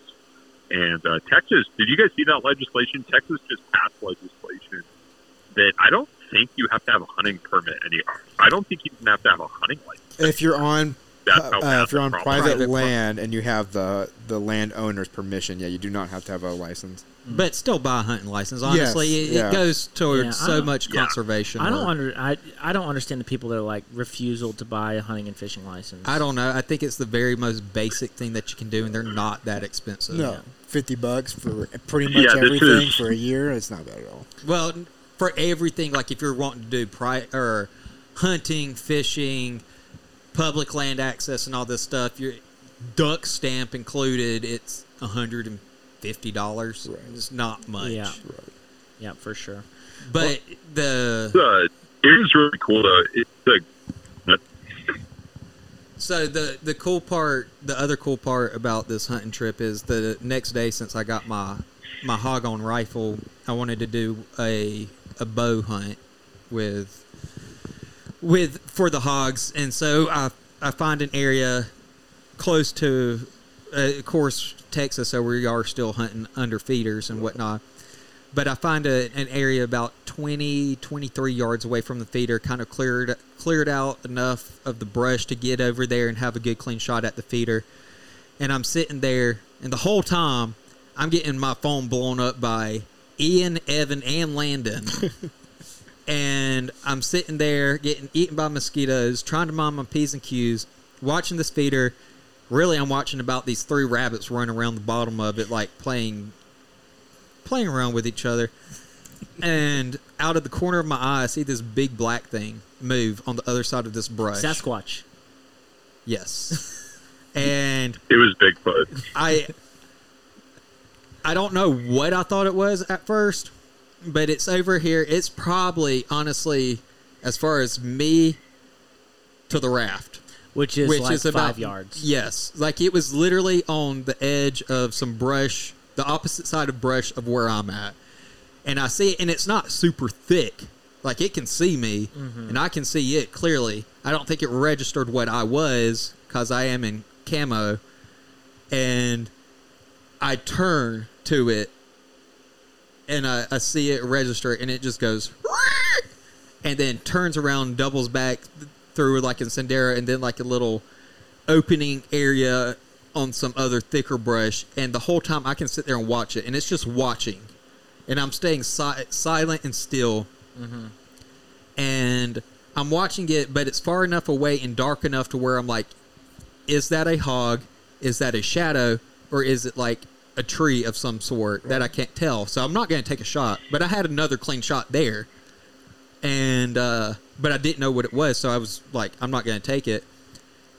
And uh, Texas, did you guys see that legislation? Texas just passed legislation that I don't think you have to have a hunting permit anymore. I don't think you even have to have a hunting license.
If you're on
That's how
uh,
bad
if you're
the
on
problem
private,
is.
land and you have the the landowner's permission, yeah, you do not have to have a license.
But still buy a hunting license. Honestly,
Yes,
it,
yeah.
it goes towards
Yeah, I
so
don't-
much
yeah.
conservation.
I don't
work.
under I, I don't understand the people that are like refusal to buy a hunting and fishing license.
I don't know. I think it's the very most basic thing that you can do, and they're not that expensive.
No, fifty bucks for pretty much
Yeah, this
everything
is-
for a year. It's not bad at all.
Well, for everything, like if you're wanting to do pri- or hunting, fishing, public land access, and all this stuff, your duck stamp included, it's hundred and fifty dollars. It's not much,
Yeah. Yeah, for sure.
but the
Uh, it is really cool, though. It's a
so the the cool part, the other cool part about this hunting trip is the next day since I got my my hog on rifle, I wanted to do a a bow hunt with with for the hogs, and so I I find an area close to, uh, of course, Texas, so we are still hunting under feeders and whatnot. But I find a, an area about 20, 23 yards away from the feeder, kind of cleared cleared out enough of the brush to get over there and have a good clean shot at the feeder. And I'm sitting there, and the whole time I'm getting my phone blown up by Ian, Evan, and Landon. and I'm sitting there getting eaten by mosquitoes, trying to mind my p's and q's, watching this feeder. Really, I'm watching about these three rabbits running around the bottom of it, like playing, playing around with each other. And out of the corner of my eye, I see this big black thing move on the other side of this brush.
Sasquatch.
Yes. and
it was Bigfoot.
I I don't know what I thought it was at first, but it's over here. It's probably honestly as far as me to the raft,
Which is
which
like
is
five
about
yards.
Yes, like it was literally on the edge of some brush, the opposite side of brush of where I'm at, and I see it, and it's not super thick. Like it can see me,
Mm-hmm.
and I can see it clearly. I don't think it registered what I was because I am in camo, and I turn to it and I, I see it register and it just goes and then turns around, doubles back through like in Sendera and then like a little opening area on some other thicker brush. And the whole time I can sit there and watch it and it's just watching. And I'm staying si- silent and still. And I'm watching it, but it's far enough away and dark enough to where I'm like, is that a hog? Is that a shadow? Or is it like a tree of some sort that I can't tell? So I'm not going to take a shot. But I had another clean shot there. And, uh, but I didn't know what it was. So I was like, I'm not going to take it.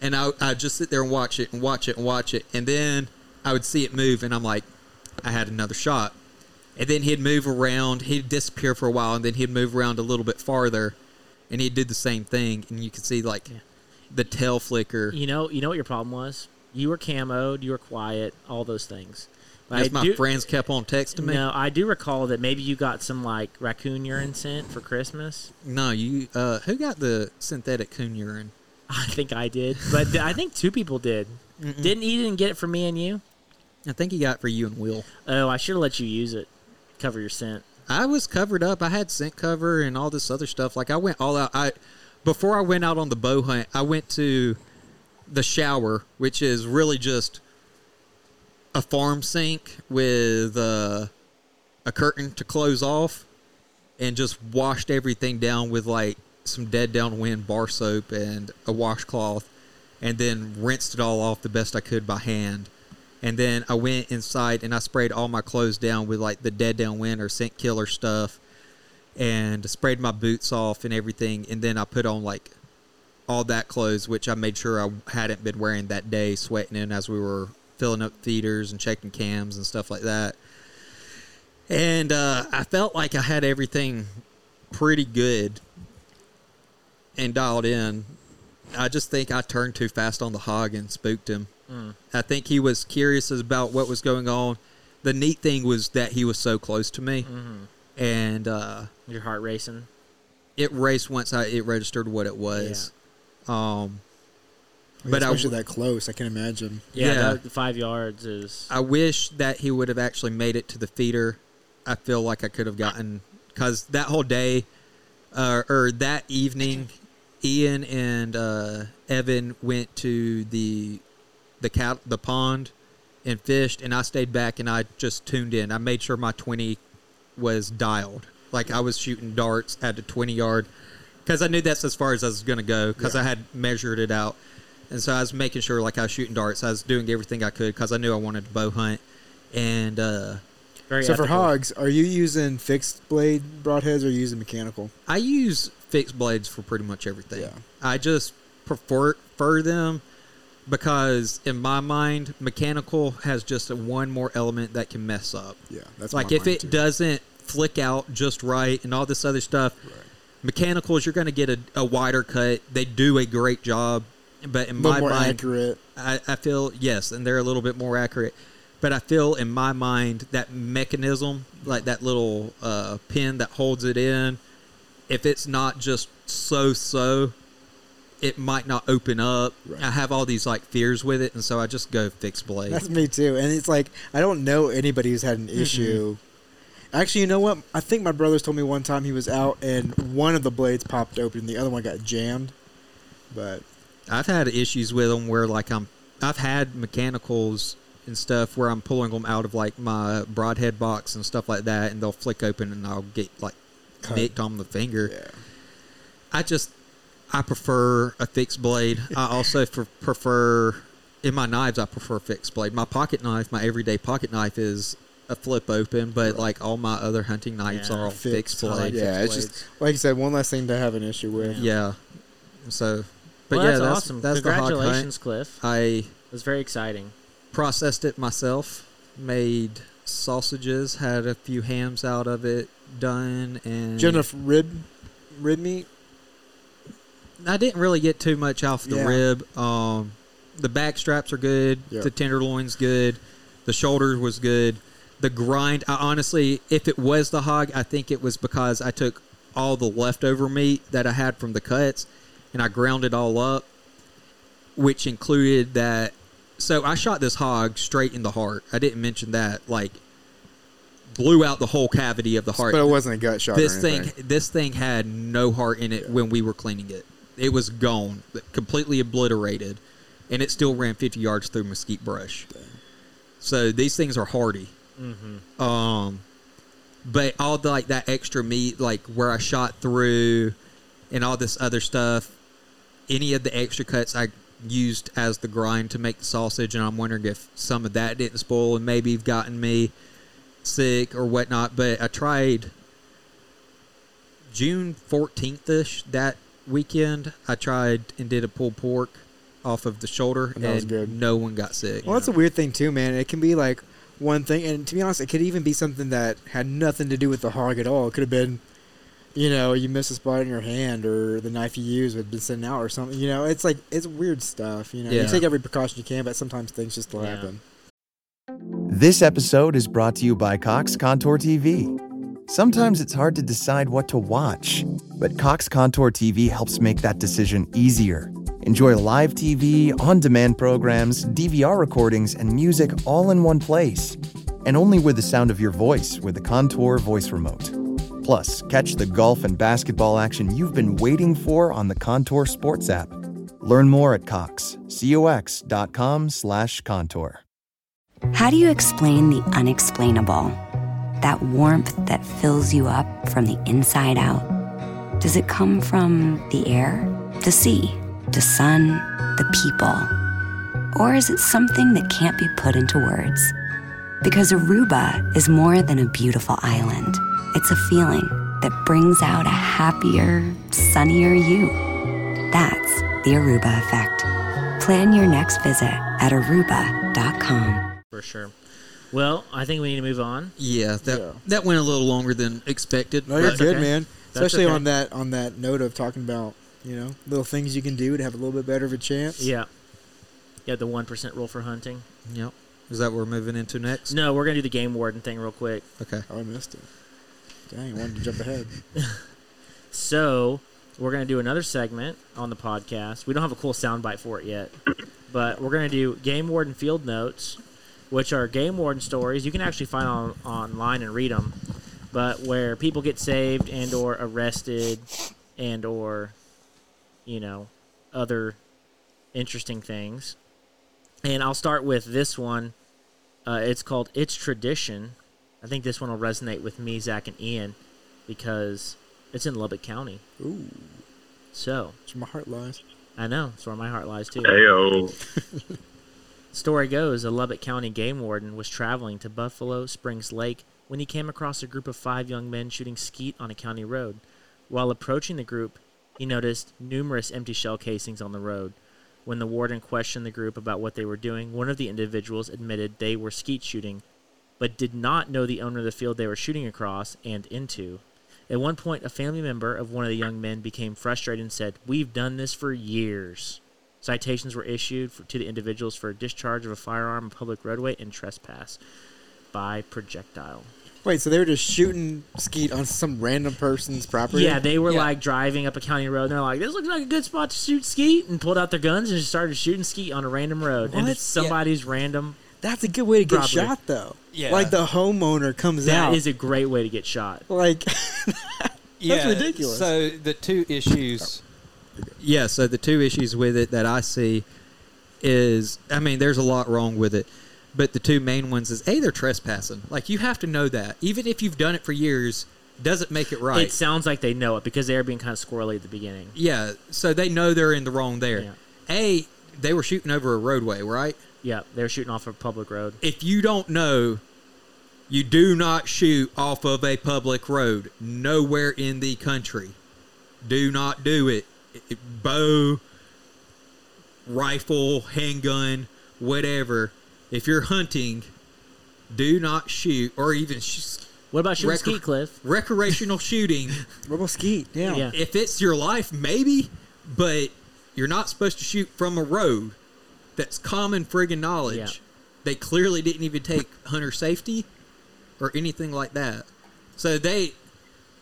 And I, I just sit there and watch it and watch it and watch it. And then I would see it move and I'm like, I had another shot. And then he'd move around. He'd disappear for a while and then he'd move around a little bit farther. And he'd do the same thing. And you could see like the tail flicker.
You know, you know what your problem was. You were camoed. You were quiet. All those things.
As
I
my
do-
friends kept on texting me.
No, I do recall that maybe you got some like raccoon urine scent for Christmas.
No, you. Uh, who got the synthetic coon urine?
I think I did, but th- I think two people did. Didn't you didn't get it for me and you?
I think he got it for you and Will.
Oh, I should have let you use it. Cover your scent.
I was covered up. I had scent cover and all this other stuff. Like I went all out. I before I went out on the bow hunt, I went to the shower, which is really just a farm sink with uh, a curtain to close off, and just washed everything down with like some dead downwind bar soap and a washcloth, and then rinsed it all off the best I could by hand. And then I went inside and I sprayed all my clothes down with like the dead downwind or scent killer stuff and sprayed my boots off and everything. And then I put on like all that clothes, which I made sure I hadn't been wearing that day, sweating in as we were filling up feeders and checking cams and stuff like that. And uh, I felt like I had everything pretty good and dialed in. I just think I turned too fast on the hog and spooked him. I think he was curious about what was going on. The neat thing was that he was so close to me, and uh,
Your heart racing.
it raced once I it registered what it was. Um, but I,
especially that close, I can imagine.
Yeah,
Yeah. Uh,
that- the five yards is.
I wish that he would have actually made it to the feeder. I feel like I could have gotten because that whole day, uh, or that evening, Ian and uh, Evan went to the the cat the pond and fished, and I stayed back and I just tuned in. I made sure my twenty was dialed, like I was shooting darts at the twenty yard, because I knew that's as far as I was gonna go because I had measured it out, and so I was making sure like I was shooting darts. I was doing everything I could because I knew I wanted to bow hunt, and uh,
Very
So for
ethical.
hogs, are you using fixed blade broadheads or are you using mechanical?
I use fixed blades for pretty much everything.
Yeah.
I just prefer, prefer them because in my mind, mechanical has just one more element that can mess up.
Yeah, that's
like
my
if
mind
it
too.
doesn't flick out just right and all this other stuff. Mechanicals, you're going to get a, a wider cut. They do a great job, but in
But
my
more
mind,
accurate.
I, I feel yes, and they're a little bit more accurate. But I feel in my mind that mechanism, like that little uh, pin that holds it in, if it's not just so so, it might not open up.
Right.
I have all these like fears with it, and so I just go fixed blade.
That's me too. And it's like I don't know anybody who's had an issue. Actually, you know what? I think my brothers told me one time he was out and one of the blades popped open and the other one got jammed. But
I've had issues with them where like I'm I've had mechanicals and stuff where I'm pulling them out of like my broadhead box and stuff like that, and they'll flick open and I'll get like
Cut.
nicked on the finger.
yeah,
I just I prefer a fixed blade. I also pr- prefer in my knives I prefer fixed blade. My pocket knife, my everyday pocket knife is a flip open, but like all my other hunting knives
Yeah.
are all fixed,
Fixed. I like
blade.
yeah, it's just like you said, one less thing to have an issue with.
yeah. So, but
Well,
yeah,
that's,
that's
awesome.
That's the hog hunt.
Congratulations, Cliff.
I
It was very exciting.
processed it myself, made sausages, had a few hams out of it done, and
Do you have enough rib rib meat?
I didn't really get too much off the
Yeah.
rib. Um, the back straps are good.
Yeah.
The tenderloin's good. The shoulder was good. The grind, I honestly, if it was the hog, I think it was because I took all the leftover meat that I had from the cuts and I ground it all up, which included that. So I shot this hog straight in the heart. I didn't mention that. Like, blew out the whole cavity of the heart
But it wasn't a gut shot. or
this thing
anything.
this thing had no heart in it when we were cleaning it it was gone completely obliterated and it still ran 50 yards through mesquite brush so these things are hardy
Mm-hmm.
um but all the, like that extra meat like where i shot through and all this other stuff any of the extra cuts i used as the grind to make the sausage and i'm wondering if some of that didn't spoil and maybe have gotten me sick or whatnot but i tried June 14th ish that weekend, I tried and did a pulled pork off of the shoulder,
And
and,
that was good.
no one got sick.
Well, that's a weird thing too, man. It can be like one thing, and to be honest, it could even be something that had nothing to do with the hog at all. It could have been, you know, you missed a spot in your hand, or the knife you used had been sitting out, or something. You know, it's like it's weird stuff. You know,
Yeah.
you take every precaution you can, but sometimes things just
Yeah.
happen.
This episode is brought to you by Cox Contour TV. Sometimes it's hard to decide what to watch, but Cox Contour TV helps make that decision easier. Enjoy live TV, on demand programs, DVR recordings, and music all in one place. And only with the sound of your voice with the Contour Voice Remote. Plus, catch the golf and basketball action you've been waiting for on the Contour Sports app. Learn more at Cox, cox.com slash contour.
How do you explain the unexplainable? That warmth that fills you up from the inside out? Does it come from the air, the sea, the sun, the people? Or is it something that can't be put into words? Because Aruba is more than a beautiful island, it's a feeling that brings out a happier, sunnier you. That's the Aruba Effect. Plan your next visit at aruba.com.
for sure. Well, I think we need to move on.
Yeah, that that went a little longer than expected.
No, you're
That's
but-
good,
okay.
man.
That's
Especially
okay.
on that on that note of talking about you know little things you can do to have a little bit better of a chance.
Yeah. Yeah, the 1% rule for hunting.
Yep. Is that what we're moving into next?
No, we're going to do the game warden thing real quick.
Okay.
Oh, I missed it. Dang, I wanted to jump ahead.
So we're gonna do another segment on the podcast. We don't have a cool soundbite for it yet, but we're gonna do game warden field notes, which are game warden stories. You can actually find on online and read them, but where people get saved and or arrested, and or you know other interesting things. And I'll start with this one. Uh, it's called "It's Tradition." I think this one will resonate with me, Zach, and Ian because it's in Lubbock County. Ooh. So
That's where my heart lies.
I know it's where my heart lies too.
Ayo.
Story goes: a Lubbock County game warden was traveling to Buffalo Springs Lake when he came across a group of five young men shooting skeet on a county road. While approaching the group, he noticed numerous empty shell casings on the road. When the warden questioned the group about what they were doing, one of the individuals admitted they were skeet shooting, but did not know the owner of the field they were shooting across and into. At one point, a family member of one of the young men became frustrated and said, We've done this for years. Citations were issued for, to the individuals for discharge of a firearm on public roadway and trespass by projectile.
Wait, so they were just shooting skeet on some random person's property?
Yeah, they were like driving up a county road and they're like, This looks like a good spot to shoot skeet and pulled out their guns and just started shooting skeet on a random road. And
What?
it's somebody's random.
That's a good way to get
Robbery.
shot, though. Yeah. Like the homeowner comes
That
out.
is a great way to get shot.
like
Yeah,
ridiculous.
So the two issues.
Yeah. So the two issues with it that I see is, I mean, there's a lot wrong with it, but the two main ones is a they're trespassing. Like you have to know that, even if you've done it for years, doesn't make it right.
It sounds like they know it because they were being kind of squirrely at the beginning.
yeah. So they know they're in the wrong there.
Yeah.
A they were shooting over a roadway, right?
Yeah, they were shooting off a public road.
if you don't know, you do not shoot off of a public road. Nowhere in the country, do not do it. It- Bow, rifle, handgun, whatever. If you're hunting, do not shoot or even sh-
What about shooting
Rec-
skeet, Cliff?
recreational shooting.
rubble skeet. Yeah.
Yeah.
If it's your life, maybe, but you're not supposed to shoot from a road. That's common friggin' knowledge.
Yeah.
They clearly didn't even take hunter safety or anything like that. So they,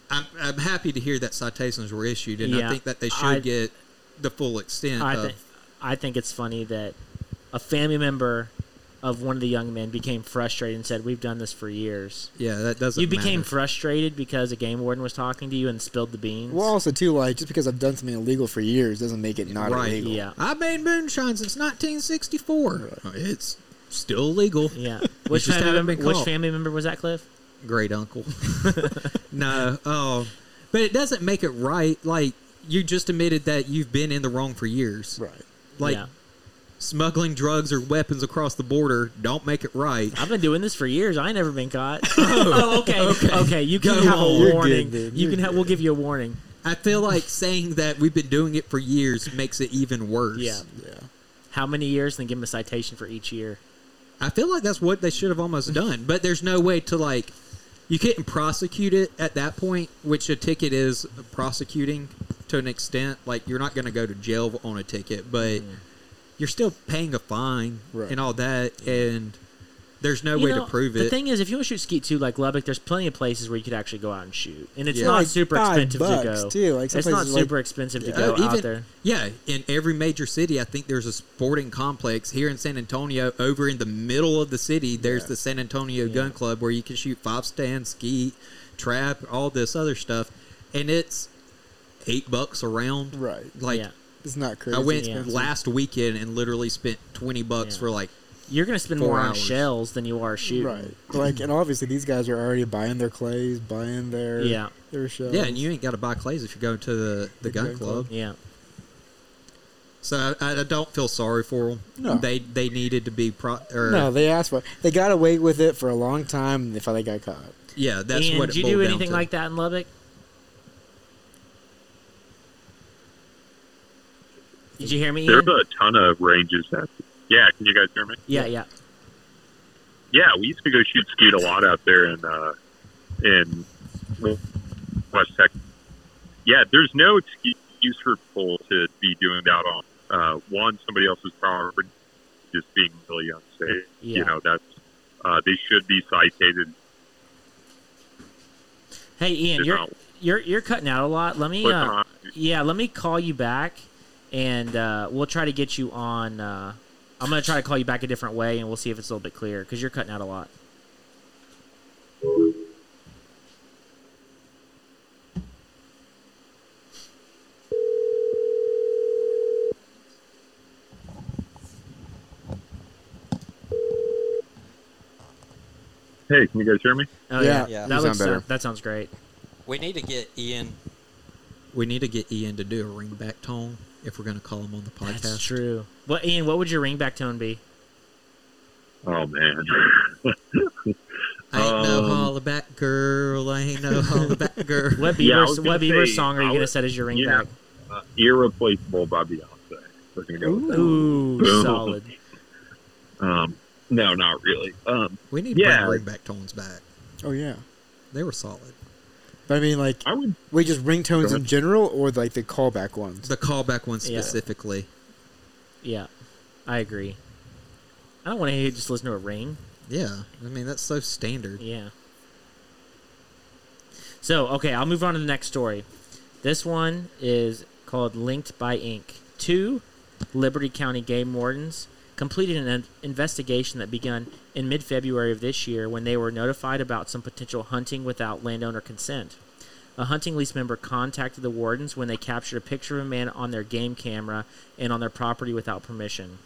I'm, I'm happy to hear that citations were issued, and
Yeah.
I think that they should
I-
get the full extent
I
of.
think I think it's funny that a family member of one of the young men became frustrated and said, "We've done this for years."
yeah, that doesn't.
you became
matter.
frustrated because a game warden was talking to you and spilled the beans.
Well, also too, like just because I've done something illegal for years doesn't make it not
Right.
illegal.
yeah,
I've made moonshine since 1964. It's still legal.
yeah. Which
just
family
haven't
member?
been
Which
caught.
family member was that, Cliff?
great uncle. no, oh, but it doesn't make it right. Like you just admitted that you've been in the wrong for years.
Right.
Like
yeah.
smuggling drugs or weapons across the border don't make it right.
I've been doing this for years. I ain't never been caught. oh, okay, okay. You can
Go
have
on.
a
You're
warning.
good, dude.
you
You're
can. Ha- we'll give you a warning.
I feel like saying that we've been doing it for years makes it even worse.
Yeah.
Yeah.
How many years? Then give him a citation for each year.
I feel like that's what they should have almost done, but there's no way to like you couldn't prosecute it at that point, which a ticket is prosecuting to an extent. Like you're not going to go to jail on a ticket, but you're still paying a fine
Right.
and all that, and There's no
You
way
know,
to prove
The
it.
thing is, if you want to shoot skeet too, like Lubbock, there's plenty of places where you could actually go out and shoot, and it's
Yeah.
not
Like
super
five
expensive to
bucks,
go.
too. Like, some
it's not
places, like-
super expensive to
Yeah.
go
Oh, even-
out there.
Yeah, in every major city, I think there's a sporting complex. Here in San Antonio, over in the middle of the city, there's the San Antonio Gun Club where you can shoot five stand, ski, trap, all this other stuff, and it's eight bucks a round.
Right.
Like
Yeah.
It's not crazy.
I went
expensive.
last weekend and literally spent twenty bucks
Yeah.
for like
You're gonna spend
Four
more on
hours.
shells than you are shooting.
Right. Like, and obviously these guys are already buying their clays, buying their
Yeah.
their shells.
yeah, and you ain't got to buy clays if you're going to the, the, gun,
gun
club.
club.
Yeah.
So I, I don't feel sorry for them.
No.
They they needed to be pro. Or,
no, they asked for. They got away with it for a long time, and they finally got caught.
Yeah, that's
and
what. It
did you
boiled
do
down
anything
to.
like that in Lubbock? Did you hear me?
There's
Ian?
a ton of ranges. That, yeah, can you guys hear me?
Yeah, yeah.
Yeah, we used to go shoot skeet a lot out there in uh, in West Texas. Yeah, there's no excuse for people to be doing that on uh, one somebody else's property, just being really unsafe.
Yeah.
You know, that's uh, they should be cited.
Hey, Ian,
Did
you're
not-
you're you're cutting out a lot. Let me,
Click
uh,
on-
yeah, let me call you back, and uh, we'll try to get you on. Uh, I'm gonna try to call you back a different way, and we'll see if it's a little bit clearer because you're cutting out a lot.
Hey, can you guys hear me?
Oh yeah,
Yeah,
yeah.
that
you
looks
sound better.
that sounds great.
We need to get Ian.
We need to get Ian to do a ring back tone if we're going to call him on the podcast.
That's true. Well, Ian, what would your ringback tone be?
Oh man,
I ain't no
Um,
hollaback girl. I ain't no hollaback girl.
What
Yeah, I
Bieber,
was gonna
what Bieber
say,
song are
I
you gonna
would-
set as your
yeah.
ringback?
uh, irreplaceable by Beyonce. We're gonna go with that.
Ooh,
Boom.
solid.
Um, no, not really. Um,
We need
Yeah.
to bring ring back tones back.
Oh yeah.
They were solid.
But I mean, like,
I would
wait, just ringtones
Go
in
ahead.
general, or like the callback ones.
The callback one
Yeah.
specifically.
Yeah, I agree. I don't want to just listen to a ring.
Yeah. I mean, that's so standard.
Yeah. So, okay, I'll move on to the next story. This one is called Linked by Ink. Two Liberty County game wardens completed an in- investigation that began in mid February of this year when they were notified about some potential hunting without landowner consent. A hunting lease member contacted the wardens when they captured a picture of a man on their game camera and on their property without permission.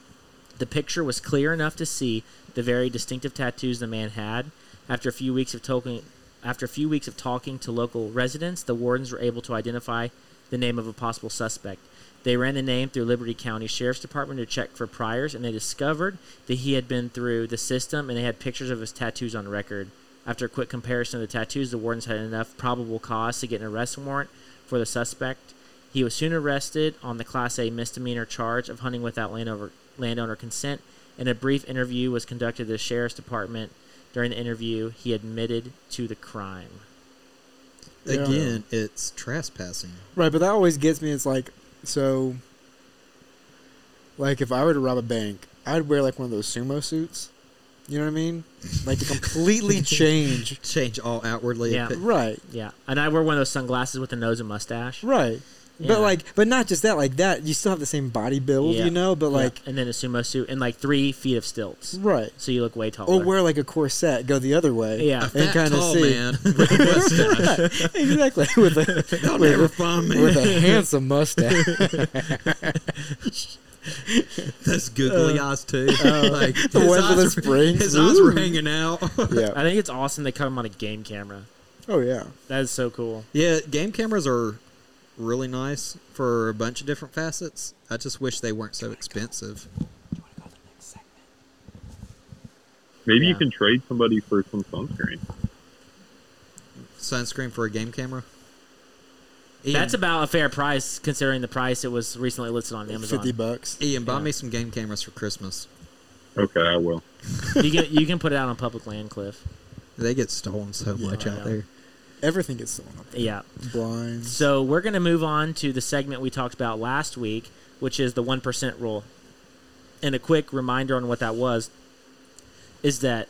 The picture was clear enough to see the very distinctive tattoos the man had. After a few weeks of talking, after a few weeks of talking to local residents, the wardens were able to identify the name of a possible suspect. They ran the name through Liberty County Sheriff's Department to check for priors, and they discovered that he had been through the system and they had pictures of his tattoos on record. After a quick comparison of the tattoos, the wardens had enough probable cause to get an arrest warrant for the suspect. He was soon arrested on the Class A misdemeanor charge of hunting without landowner, landowner consent, and a brief interview was conducted at the sheriff's department. During the interview, he admitted to the crime.
Yeah.
Again, it's trespassing.
Right, but that always gets me. It's like, so, like, if I were to rob a bank, I'd wear like one of those sumo suits. You know what I mean? Like to completely change.
Change all outwardly.
Yeah.
Right,
Yeah, and I wear one of those sunglasses with a nose and mustache.
right.
Yeah.
But like, but not just that. Like that, you still have the same body build,
Yeah.
you know. But
Yeah,
like,
and then a sumo suit and like three feet of stilts,
right. Oh,
so you look way taller.
Or wear like a corset, go the other way.
Yeah. A
Fat,
and kind of
tall
see.
man with a mustache.
exactly. With a,
They'll
with,
never
a-
find me.
with a handsome mustache.
Those googly eyes too. like
Uh, the
his
ones with
eyes
the
were-
springs.
His eyes were
Ooh.
hanging out.
yeah.
I think it's awesome they cut him on a game camera.
Oh yeah.
That is so cool.
Yeah, game cameras are really nice for a bunch of different facets. I just wish they weren't so expensive.
maybe you
Yeah.
can trade somebody for some sunscreen.
Sunscreen for a game camera. Ian,
That's about a fair price considering the price it was recently listed on Amazon.
Fifty bucks.
Ian, buy
yeah.
me some game cameras for Christmas.
Okay, I will.
you can you can put it out on public land, Cliff.
They get stolen so much
Yeah.
out there.
Everything gets stolen. up.
Yeah.
Blinds.
So we're going to move on to the segment we talked about last week, which is the 1% rule. And a quick reminder on what that was is that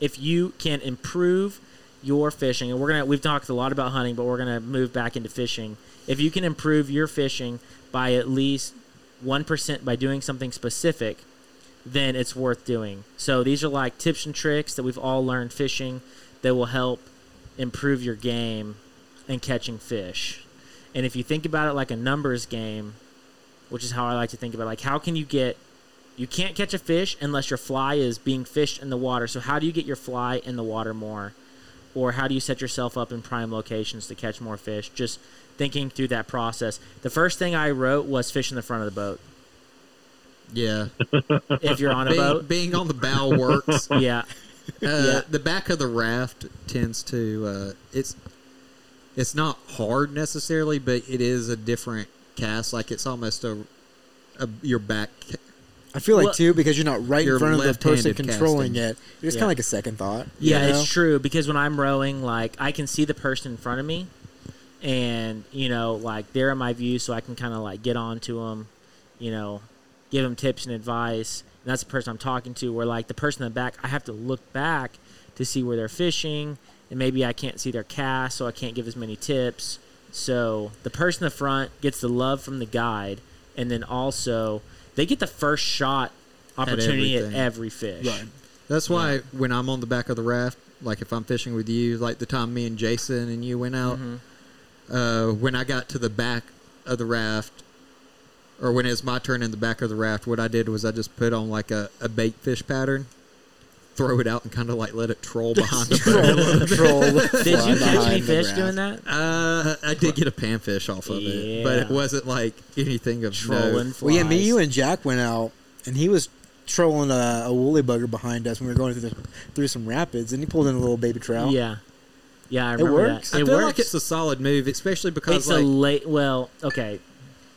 if you can improve your fishing, and we're gonna we've talked a lot about hunting, but we're gonna move back into fishing. If you can improve your fishing by at least one percent by doing something specific, then it's worth doing. So these are like tips and tricks that we've all learned fishing that will help improve your game and catching fish. And if you think about it like a numbers game, which is how I like to think about it, like how can you get you can't catch a fish unless your fly is being fished in the water. So how do you get your fly in the water more? Or how do you set yourself up in prime locations to catch more fish? Just thinking through that process. The first thing I wrote was fish in the front of the boat.
Yeah.
If you're on a
being,
boat.
being on the bow works. uh,
Yeah. Yeah.
The back of the raft tends to uh, it's it's not hard necessarily, but it is a different cast. Like it's almost a, a your back. ca-
I feel like
Well-
too because you're not right in
You're
front of the person
left-handed
controlling
casting.
it. It's kind
Yeah.
of like a second thought. you
Yeah,
know?
it's true because when I'm rowing, like I can see the person in front of me, and you know, like they're in my view, so I can kind of like get on to them, you know, give them tips and advice. And that's the person I'm talking to. Where like the person in the back, I have to look back to see where they're fishing, and maybe I can't see their cast, so I can't give as many tips. So the person in the front gets the love from the guide, and then also they get the first shot opportunity at,
everything.
every fish.
That's why when I'm on the back of the raft, like if I'm fishing with you, like the time me and Jason and you went out,
Mm-hmm.
uh, when I got to the back of the raft, or when it's my turn in the back of the raft, what I did was I just put on like a, a bait fish pattern, throw it out, and kind of like let it troll behind the boat.
Control.
Did you
fly
catch any
behind the
fish
raft.
doing that?
Uh, I did get a panfish off of it, but it
Yeah.
wasn't like anything of
Trolling
note.
Well, yeah, me,
flies.
you, and Jack went out, and he was trolling a, a woolly bugger behind us when we were going through, the, through some rapids, and he pulled in a little baby trout.
Yeah, yeah, I remember
works.
that.
I
It
feel
works.
like it's a solid move, especially because
It's
like
a late. Well, okay,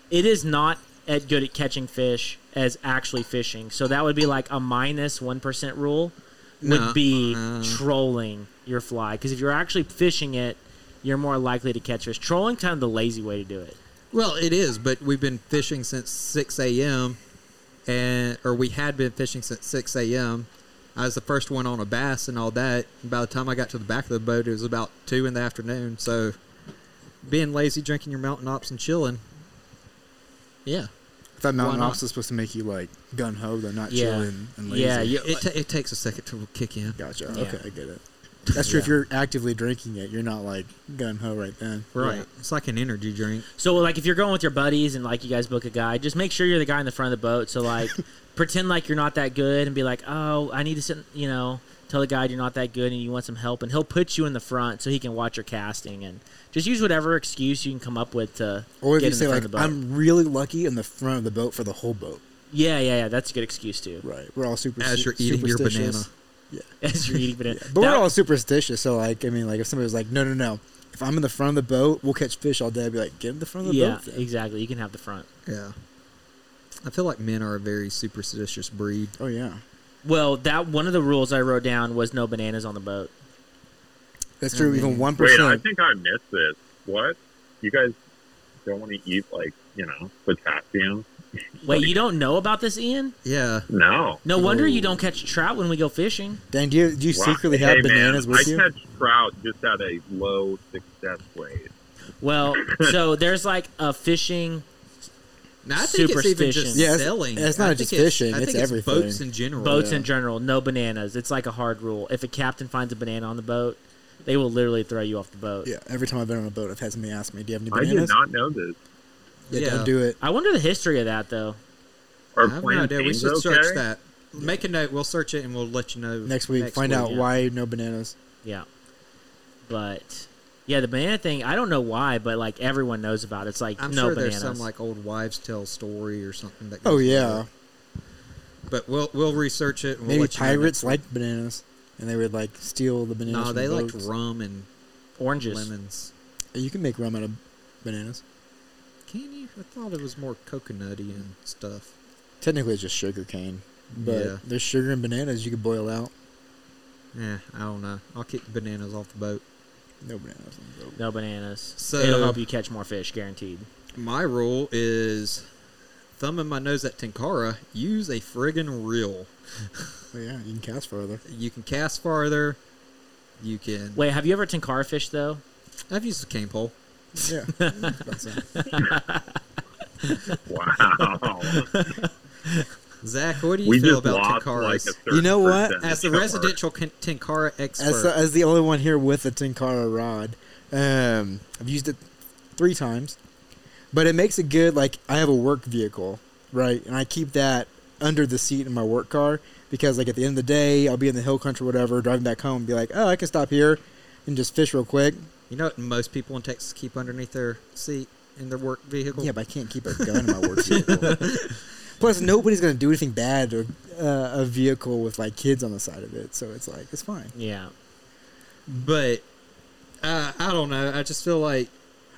it is not as good at catching fish as actually fishing. So that would be like a minus one percent rule would
No,
be
Uh.
no.
trolling your fly because if you're actually fishing it, you're more likely to catch fish. Trolling kind of the lazy way to do it.
Well, it is, but we've been fishing since 6 a.m. and or we had been fishing since 6 a.m. I was the first one on a bass and all that. And by the time I got to the back of the boat, it was about two in the afternoon. So, being lazy, drinking your mountain ops, and chilling. Yeah,
I thought Mountain
not?
Ops was supposed to make you like gun ho, though, not
Yeah.
chilling and lazy.
Yeah, you-
it, ta it takes a second to kick in.
Gotcha.
Yeah.
Okay, I get it. That's true. If you're actively drinking it, you're not like gun ho right then.
Right, it's like an energy drink.
So like if you're going with your buddies and like you guys book a guide, just make sure you're the guy in the front of the boat. So like pretend like you're not that good and be like, "Oh, I need to send, you know, tell the guide you're not that good and you want some help and he'll put you in the front so he can watch your casting and just use whatever excuse you can come up with to
Or if
get
you
in
say
the front
like,
of the boat.
"I'm really lucky" in the front of the boat for the whole boat.
yeah, yeah, yeah, that's a good excuse too.
Right. We're all super.
As you're eating your
superstitious.
banana.
As you're eating banana. That-
But we're all superstitious, so like, I mean, like, if somebody was like, "No, no, no," if I'm in the front of the boat, we'll catch fish all day. I'd be like, "Get in the front of the
Yeah,
boat." then."
exactly. You can have the front.
Yeah, I feel like men are a very superstitious breed.
Oh yeah,
Well, that one of the rules I wrote down was no bananas on the boat.
that's true. Even one
Wait, I
percent.
think I missed this. What? You guys don't want to eat like you know potassium?
Wait, you don't know about this, Ian?
Yeah,
No.
No wonder you don't catch trout when we go fishing.
Dan, do you, do you
Wow.
secretly have
Hey, man,
bananas with
I
you?
catch trout just at a low success rate.
Well, so there's like a fishing.
now, I think it's even
Superstition.
just
Yeah, it's-
selling.
it's not
I
just
think it's-
fishing,
I think
it's
it's
everything.
Boats in general.
Boats
Oh, Yeah.
in general, no bananas. It's like a hard rule. If a captain finds a banana on the boat, they will literally throw you off the boat.
Yeah. Every time I've been on a boat, I've had somebody ask me, "Do you have any
I did
bananas?"
not know this.
Yeah,
Yeah.
Don't do it.
I wonder the history of that though.
Are
I have no idea. We
plantains
should search
okay?
that. Make a note. We'll search it and we'll let you know
Next week, find out
yeah.
why no bananas.
Yeah, but yeah, the banana thing. I don't know why, but like everyone knows about. It. It's like
I'm
no
sure
bananas.
there's some like old wives' tale story or something that. Goes
Oh
with
yeah,
it. but we'll we'll research it. And we'll
maybe
let you know
pirates
next
liked bananas, and they would like steal the
week.
bananas.
No,
from
they
the
liked
boats.
rum and
oranges.
lemons.
You can make rum out of bananas.
Can you? I thought it was more coconutty and stuff.
Technically, it's just sugar cane, but
Yeah.
there's sugar and bananas you could boil out.
Yeah, I don't know. I'll kick the bananas off the boat.
No bananas. on the boat.
No bananas.
So-
It'll help you catch more fish, guaranteed.
My rule is thumbing my nose at Tinkara, use a friggin' reel.
Well, yeah, you can cast further.
You can cast farther. You can.
Wait, have you ever tinkara fished though?
I've used a cane pole.
Yeah. That's it.
Wow.
Zach, what do you
we
feel
just
about
lost like a
Tinkaras?
third
You know what?
As the residential kin- Tinkara expert,
As the, uh, as the only one here with a Tinkara rod, um, I've used it three times, but it makes it good. Like I have a work vehicle, right, and I keep that under the seat in my work car because, like, at the end of the day, I'll be in the hill country, whatever, driving back home, and be like, oh, I can stop here and just fish real quick.
you know what most people in Texas keep underneath their seat in their work vehicle?
Yeah, but I can't keep a gun in my work vehicle. Plus, nobody's gonna do anything bad to uh, a vehicle with like kids on the side of it, so it's like it's fine.
Yeah.
But uh, I don't know. I just feel like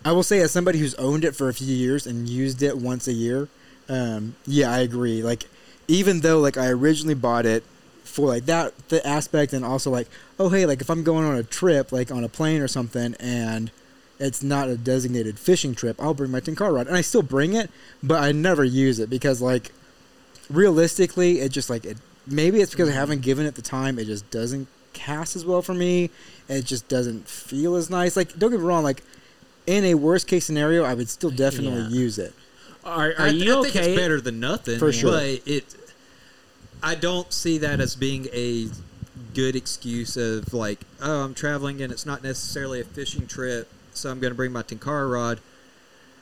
I will say, as somebody who's owned it for a few years and used it once a year, um, yeah, I agree. Like, even though like I originally bought it for like that the aspect, and also like, oh hey, like if I'm going on a trip, like on a plane or something, and it's not a designated fishing trip, I'll bring my tinkar rod, and I still bring it, but I never use it because like, realistically, it just like it. Maybe it's because I haven't given it the time. It just doesn't cast as well for me. It just doesn't feel as nice. Like, don't get me wrong. Like, in a worst case scenario, I would still definitely
Yeah.
use it.
Are, are
I,
you
I
okay?
think it's better than nothing
For sure.
But it, I don't see that as being a good excuse of like, oh, I'm traveling and it's not necessarily a fishing trip, so I'm going to bring my tinkara rod.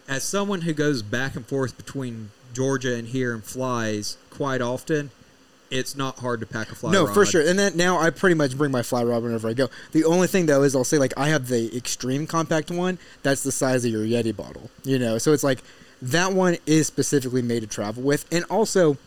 As someone who goes back and forth between Georgia and here and flies quite often, it's not hard to pack a fly
no, for
rod.
sure. And then now I pretty much bring my fly rod whenever I go. The only thing though is I'll say like I have the extreme compact one. That's the size of your Yeti bottle, you know. So it's like that one is specifically made to travel with. And also,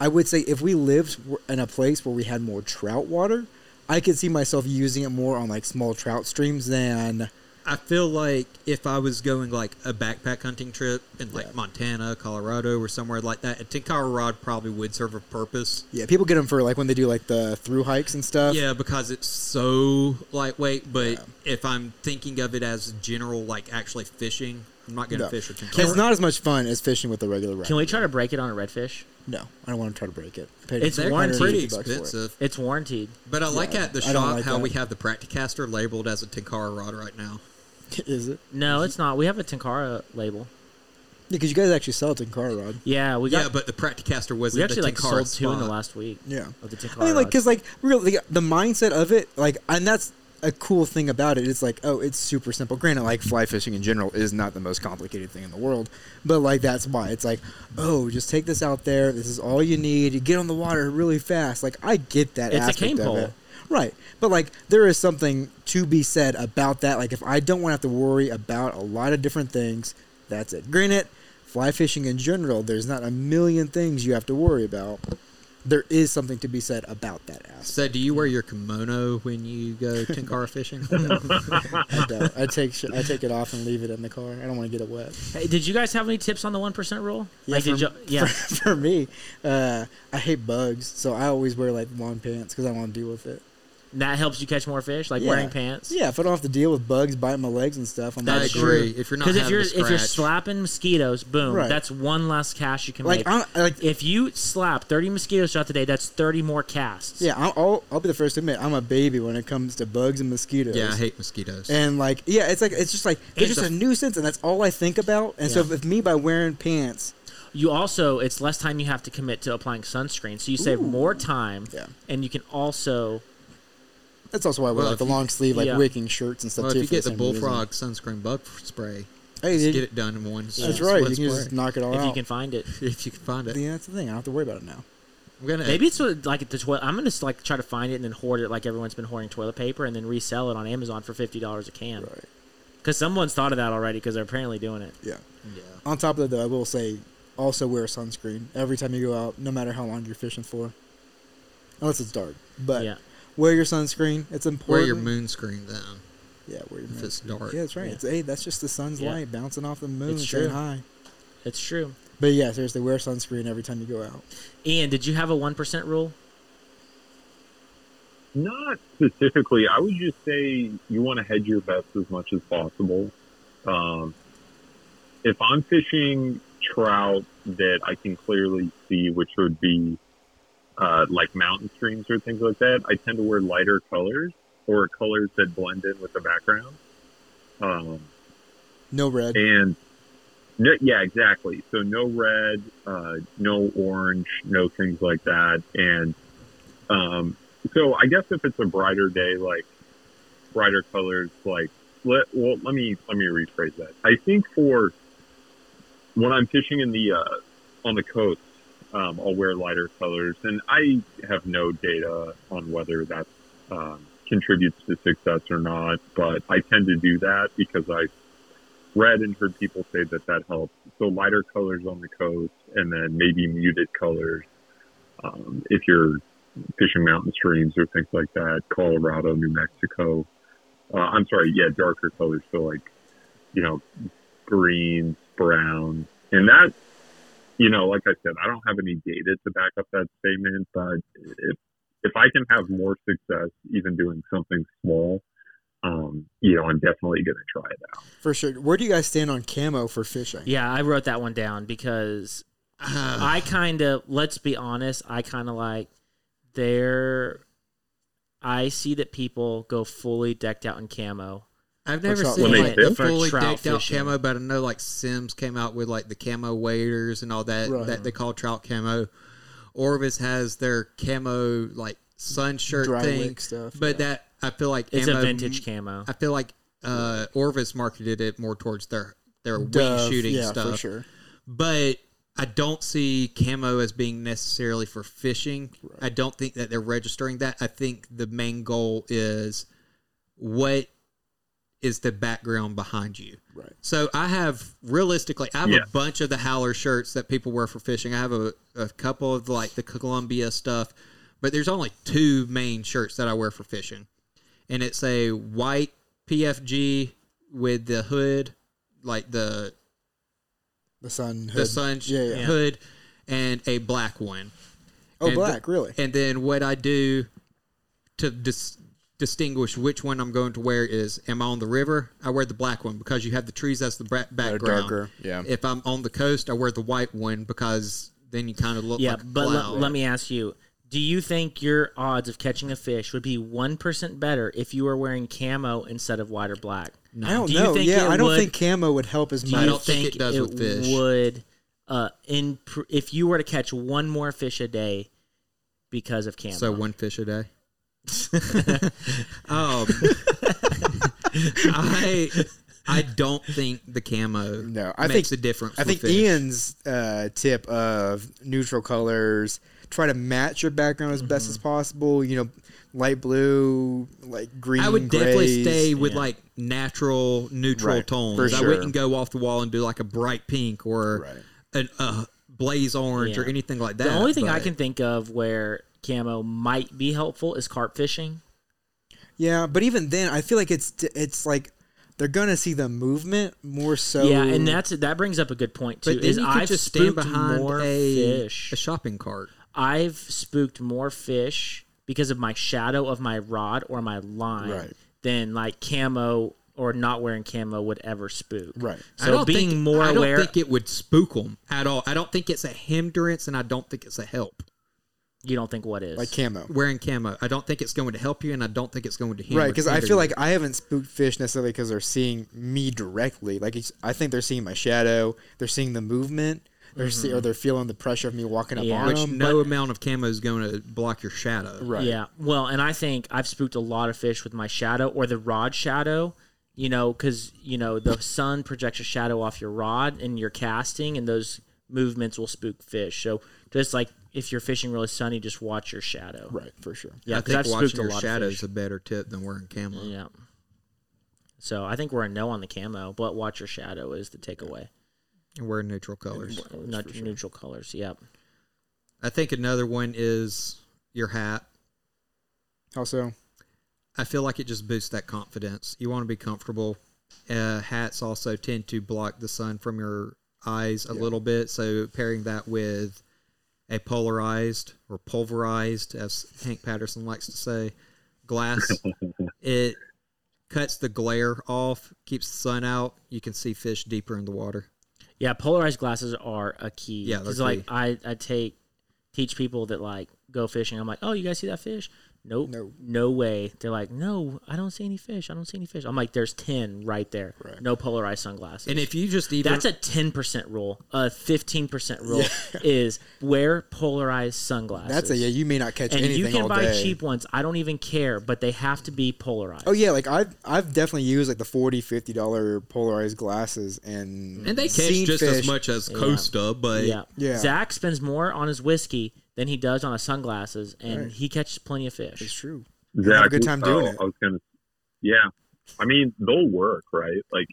I would say if we lived w- in a place where we had more trout water, I could see myself using it more on like small trout streams than
I feel like if I was going like a backpack hunting trip in like Montana, Colorado, or somewhere like that, a tinkara rod probably would serve a purpose.
yeah. People get them for like when they do like the through hikes and stuff.
Yeah, because it's so lightweight. But if I'm thinking of it as general, like actually fishing, I'm not going to
No.
fish with tinkara.
It's not as much fun as fishing with a regular rod.
Can we try to break it on a redfish?
No, I don't want to try to break it. I paid
It's
They're
warranted.
pretty
150 bucks for it.
expensive.
It's warranted.
But I like at the
I don't
shop
like
how
that.
we have the Practicaster labeled as a tinkara rod right now.
Is it?
No, it's not. We have a Tinkara label.
Because you guys actually sell it in car rod.
Yeah, we got.
yeah, but the Practicaster was
we
at the
actually like sold
tinkara
two in the
spot.
last week.
Yeah.
Of the Tinkara.
I mean, like,
rods.
because, like, really, the mindset of it, like, and that's a cool thing about it. It's like, oh, it's super simple. Granted, like, fly fishing in general is not the most complicated thing in the world, but, like, that's why. It's like, oh, just take this out there. This is all you need. You get on the water really fast. Like, I get that
It's a
aspect
cane
of
pole.
it. Right. But, like, there is something to be said about that. Like, if I don't want to have to worry about a lot of different things, that's it. Granted, fly fishing in general, there's not a million things you have to worry about. There is something to be said about that aspect.
So, do you wear your kimono when you go tinkara fishing?
I don't. I take sh- I take it off and leave it in the car. I don't want to get it wet.
Hey, did you guys have any tips on the one percent rule?
Yeah,
like, did
for-
you, yeah.
For me, uh, I hate bugs, so I always wear like long pants because I don't want to deal with it.
that helps you catch more fish, like
Yeah.
wearing pants.
Yeah, if I don't have to deal with bugs biting my legs and stuff, I'm
I
like,
agree. If you're not
Because if
having
you're
a
if you're
scratch-
slapping mosquitoes, boom,
Right.
that's one less cast you can
Like,
make.
I'm, like
if you slap thirty mosquitoes throughout the day, that's thirty more casts.
yeah, I'll, I'll I'll be the first to admit I'm a baby when it comes to bugs and mosquitoes.
yeah, I hate mosquitoes.
And like, yeah, it's like it's just like they're
It's
just
a-
a nuisance, and that's all I think about. And so,
Yeah.
if me by wearing pants,
You also it's less time you have to commit to applying sunscreen, so you save more time.
Yeah.
And you can also
that's also why I wear
Well,
like the
if you-
long sleeve, like
yeah.
wicking shirts and stuff.
well, if
too
you
for
get the
same reason.
bullfrog sunscreen bug spray,
Hey,
just
dude,
get it done in one.
that's
s-
right.
one
You can just
spray.
knock it all
if
out.
you can find it.
if you can find it.
Yeah, that's the thing. I don't have to worry about it now.
I'm gonna
Maybe it's what, like at the toilet. I'm gonna like try to find it and then hoard it like everyone's been hoarding toilet paper and then resell it on Amazon for fifty dollars a can. Right. Because someone's thought of that already because they're apparently doing it.
Yeah. On top of that, though, I will say also wear sunscreen every time you go out, no matter how long you're fishing for. Unless it's dark. But
Yeah.
wear your sunscreen. It's important.
wear your moon screen then.
Yeah, wear your
if
moon.
it's dark.
Yeah, that's right.
Yeah.
It's, hey, that's just the sun's
Yeah.
light bouncing off the moon.
It's
saying
true.
hi.
It's true.
But yeah, seriously, wear sunscreen every time you go out.
Ian, did you have a one percent rule?
Not specifically. I would just say you want to hedge your bets as much as possible. Um, if I'm fishing trout that I can clearly see, which would be uh, like mountain streams or things like that, I tend to wear lighter colors or colors that blend in with the background. Um,
No red.
and no, yeah, exactly. So no red, uh, no orange, no things like that. And um, so I guess if it's a brighter day, like brighter colors, like let well let me let me rephrase that. I think for when I'm fishing in the uh, on the coast, um, I'll wear lighter colors, and I have no data on whether that um, contributes to success or not. But I tend to do that because I read and heard people say that that helps. So lighter colors on the coast, and then maybe muted colors um, if you're fishing mountain streams or things like that. Colorado, New Mexico. Uh, I'm sorry, yeah, darker colors. So like, you know, greens, browns, and that. You know, like I said, I don't have any data to back up that statement, but if if I can have more success even doing something small, um, you know, I'm definitely going to try it out.
For sure. Where do you guys stand on camo for fishing?
Yeah, I wrote that one down because I kind of let's be honest, I kind of like there. I see that people go fully decked out in camo.
I've never
trout
seen
fishing. When
like the
they fish?
fully
Trout
decked out
fishing.
camo, but I know like Sims came out with like the camo waders and all that
Right.
that they call trout camo. Orvis has their camo like sun shirt
Dry
thing,
wick stuff,
but that I feel like
It's
ammo-
a vintage camo.
I feel like uh, Orvis marketed it more towards their their wing
Dove,
shooting
yeah,
stuff,
for sure.
but I don't see camo as being necessarily for fishing. I don't think that they're registering that. I think the main goal is what is the background behind you.
Right.
So I have realistically, I have
Yeah.
a bunch of the Howler shirts that people wear for fishing. I have a, a couple of like the Columbia stuff, but there's only two main shirts that I wear for fishing, and it's a white PFG with the hood, like the
The sun.
the
Hood.
sun sh-
Yeah, yeah.
hood, and a black one.
Oh,
and the-
black, really?
And then what I do to dis- distinguish which one I'm going to wear is: am I on the river? I wear the black one because you have the trees as the bra- background.
darker, yeah.
If I'm on the coast, I wear the white one because then you kind of look
Yeah,
like a
but le-
cloud.
let me ask you: Do you think your odds of catching a fish would be one percent better if you were wearing camo instead of white or black?
I don't
Do you
know.
think
yeah,
it
I don't
would-
think camo would help as
Do
much.
you
don't think it does
it
with fish.
Would uh, in if you were to catch one more fish a day because of camo?
So one fish a day. um, I I don't think the camo
No, I
makes
think-
a difference.
I
for
think
fish.
Ian's uh, tip of neutral colors, try to match your background as
Mm-hmm.
best as possible. You know, light blue, like green.
I would definitely
grays.
stay with like natural neutral
Right,
tones.
for
I
sure.
wouldn't go off the wall and do like a bright pink or an uh, blaze orange or
Yeah.
anything like that.
the only thing I
but-
can think of where camo might be helpful is carp fishing.
Yeah, but even then, I feel like it's it's like they're gonna see the movement more so.
yeah, and that's that brings up a good point too.
But then
is
you could
I've
just stand
spooked
behind
more
a,
fish.
a shopping cart.
I've spooked more fish because of my shadow of my rod or my line
Right.
than like camo or not wearing camo would ever spook.
Right.
So
I don't
being
think,
more
I don't
aware,
think it would spook them at all. I don't think it's a hindrance, and I don't think it's a help.
you don't think what is
like camo,
Wearing camo, I don't think it's going to help you, and I don't think it's going to hinder.
right? Because I
hinder
feel
you.
like I haven't spooked fish necessarily because they're seeing me directly. Like it's, I think they're seeing my shadow, they're seeing the movement, they're see, or they're feeling the pressure of me walking up
Yeah.
on
Mm-hmm. which
them.
no amount of camo is going to block your shadow.
Right.
Yeah. Well, and I think I've spooked a lot of fish with my shadow or the rod shadow, you know, because, you know, the sun projects a shadow off your rod and your casting, and those movements will spook fish. So just like if you're fishing really sunny, just watch your shadow.
Right, for sure.
Yeah.
I
Because
think
I've spooked
watching
a
your
lot
shadow
of
is
fish.
a better tip than wearing camo.
Yeah. So I think we're a no on the camo, but watch your shadow is the takeaway.
And wear neutral colors.
Not neutral colors. Yep.
I think another one is your hat.
How so?
I feel like it just boosts that confidence. You want to be comfortable. Uh, hats also tend to block the sun from your eyes a little bit. So pairing that with a polarized or pulverized, as Hank Patterson likes to say, glass, it cuts the glare off, keeps the sun out. You can see fish deeper in the water.
Yeah, polarized glasses are a key.
Yeah, they're
'Cause, like
key.
I, I take teach people that like go fishing. I'm like, oh, you guys see that fish? Nope, no,
No.
no way. They're like, no, I don't see any fish. I don't see any fish. I'm like, there's ten right there. No polarized sunglasses.
And if you just even
that's a ten percent rule. A fifteen percent rule is wear polarized sunglasses.
That's a yeah. You may not catch
and
anything
you can
all
buy
day.
cheap ones. I don't even care, but they have to be polarized.
Oh yeah, like I've I've definitely used like the 40 50 dollar polarized glasses and
and they catch
seen
just
fish.
as much as Costa, but
Yeah.
Yeah.
Zach spends more on his whiskey than he does on his sunglasses, and he catches plenty of
It's
fish.
true.
Yeah,
have a good time doing it.
I was gonna, yeah. I mean, they'll work, right? Like,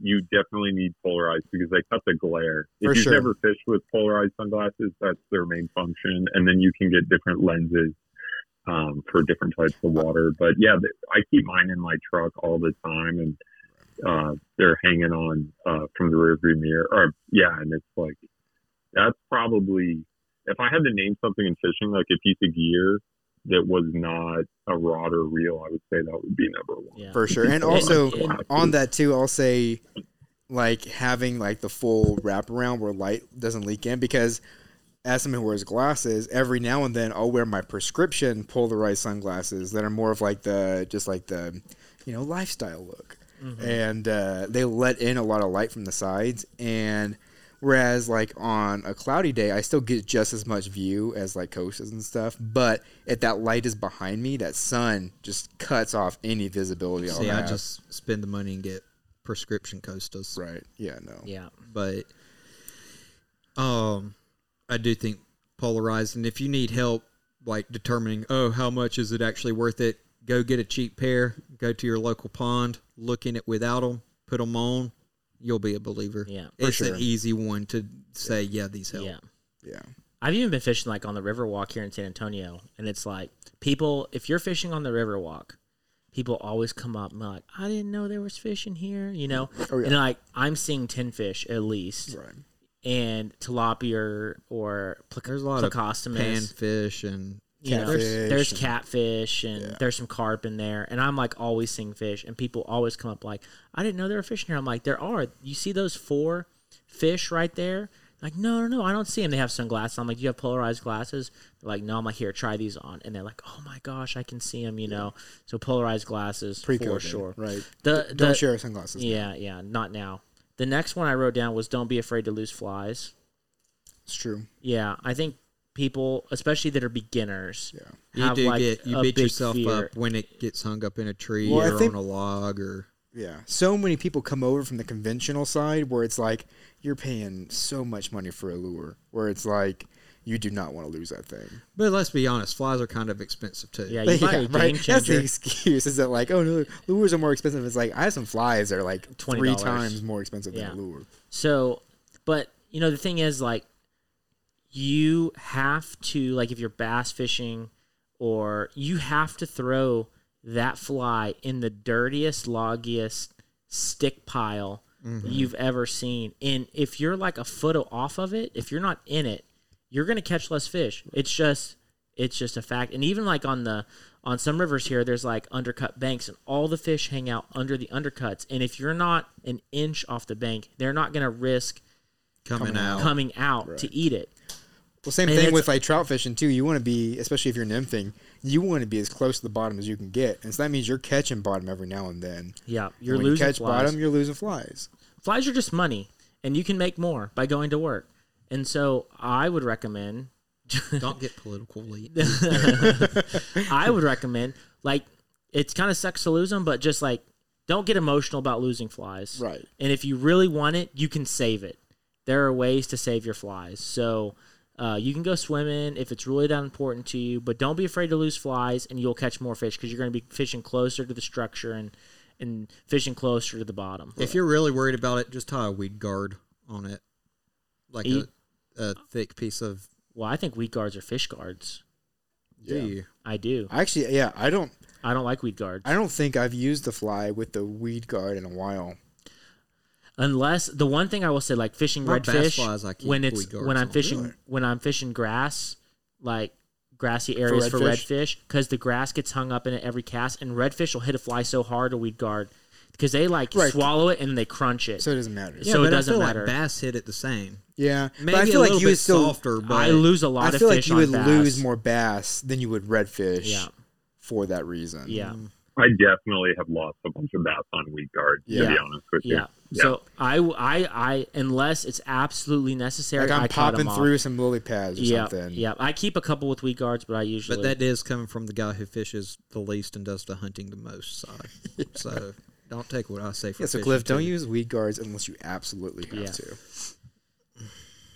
you definitely need polarized because they cut the glare.
For
if you've
sure.
never fished with polarized sunglasses, that's their main function, and then you can get different lenses um, for different types of water. But yeah, th- I keep mine in my truck all the time, and uh, they're hanging on uh, from the rearview mirror. Or yeah, and it's like that's probably if I had to name something in fishing, like a piece of gear that was not a rod or reel, I would say that would be number one.
Yeah.
for sure. And also
and-
on that too, I'll say like having like the full wraparound where light doesn't leak in because as someone who wears glasses, every now and then I'll wear my prescription polarized sunglasses that are more of like the just like the you know lifestyle look, and uh, they let in a lot of light from the sides and. Whereas, like on a cloudy day, I still get just as much view as like coasters and stuff. But if that light is behind me, that sun just cuts off any visibility. I'll
see, I
have.
just spend the money and get prescription Costas.
Right. Yeah. No.
Yeah.
but um i do think polarized and if you need help like determining oh how much is it actually worth it go get a cheap pair go to your local pond look in it without them put them on you'll be a believer
Yeah.
it's
sure.
an easy one to say yeah, these help
Yeah.
Yeah.
I've even been fishing like on the Riverwalk here in San Antonio, and it's like people. If you're fishing on the Riverwalk, people always come up and be like, "I didn't know there was fish in here," you know.
Oh, yeah.
And like I'm seeing ten fish at least,
Right.
and tilapia or plac-
there's a lot of
placostomus.
panfish and
you know,
Catfish
there's, there's
and-
catfish and there's some carp in there, and I'm like always seeing fish, and people always come up like, I didn't know there were fish in here. I'm like, there are. You see those four fish right there? Like, no, no, no, I don't see them. They have sunglasses. I'm like, do you have polarized glasses? They're like, no. I'm like, here, try these on, and they're like, oh my gosh, I can see them. You know, so polarized glasses for
Pre-COVID,
sure.
right.
The, the
Don't share sunglasses.
Yeah, yeah, not now. The next one I wrote down was don't be afraid to lose flies.
It's true.
Yeah, I think people, especially that are beginners,
you
have
do
like
get you
a
beat
big
yourself
fear.
up when it gets hung up in a tree
Well, I
or
think-
on a log or
Yeah. So many people come over from the conventional side where it's like you're paying so much money for a lure, where it's like you do not want to lose that thing.
but let's be honest flies are kind of expensive too
Yeah, you buy a game
That's the
changer.
excuse is that like, oh no, lures are more expensive. It's like I have some flies that are like three
$20.
times more expensive
Yeah.
than a lure.
So, but you know, the thing is, like, you have to, like, if you're bass fishing, or you have to throw that fly in the dirtiest, loggiest stick pile you've ever seen. And if you're like a foot off of it, if you're not in it, you're gonna catch less fish. It's just, it's just a fact. And even like on the on some rivers here, there's like undercut banks, and all the fish hang out under the undercuts. And if you're not an inch off the bank, they're not gonna risk
coming, out
coming out to eat it.
Well, same
And
thing
it's-
with like trout fishing too. You want to be, especially if you're nymphing, you want to be as close to the bottom as you can get, and so that means you're catching bottom every now and then.
Yeah, you're
when
losing
you catch
flies.
bottom, you're losing flies.
flies are just money, and you can make more by going to work. And so I would recommend
don't get political Lee.
I would recommend like it's kind of sucks to lose them, but just like don't get emotional about losing flies.
Right.
And if you really want it, you can save it. There are ways to save your flies. So uh, you can go swimming if it's really that important to you, but don't be afraid to lose flies, and you'll catch more fish because you're going to be fishing closer to the structure and and fishing closer to the bottom.
If you're really worried about it, just tie a weed guard on it, like a,
Eat-
a thick piece of.
Well, I think weed guards are fish guards.
Do you?
I do.
Actually, yeah, I don't,
I don't like weed guards.
I don't think I've used the fly with the weed guard in a while.
Unless the one thing I will say, like fishing
My bass
redfish,
flies, I keep
when
weed
it's
guards
when I'm
on.
fishing
Really?
when I'm fishing grass, like grassy areas for redfish,
redfish?
because the grass gets hung up in it every cast, and redfish will hit a fly so hard a weed guard because they like
Right.
swallow it and they crunch it.
So it doesn't matter.
so it
but
doesn't
I feel
matter.
Like bass hit it the same.
Yeah,
Maybe
but I
a
feel
little
like you
bit
would still.
softer, but
I lose a lot of
I feel like
fish
you
on
would
bass.
lose more bass than you would redfish.
Yeah.
For that reason. Mm.
Yeah.
I definitely have lost a bunch of bass on weed guard. To
Yeah.
be honest with
Yeah.
you. Yeah.
So I, w- I- I- unless it's absolutely necessary,
Like I'm
I cut 'em
popping
off.
through some lily pads or
Yeah,
something.
yeah. I keep a couple with weed guards, but I usually.
But that is coming from the guy who fishes the least and does the hunting the most side. So don't take what I say for
Yeah, so
fishing,
Cliff, don't
too.
use weed guards unless you absolutely have
Yeah.
to.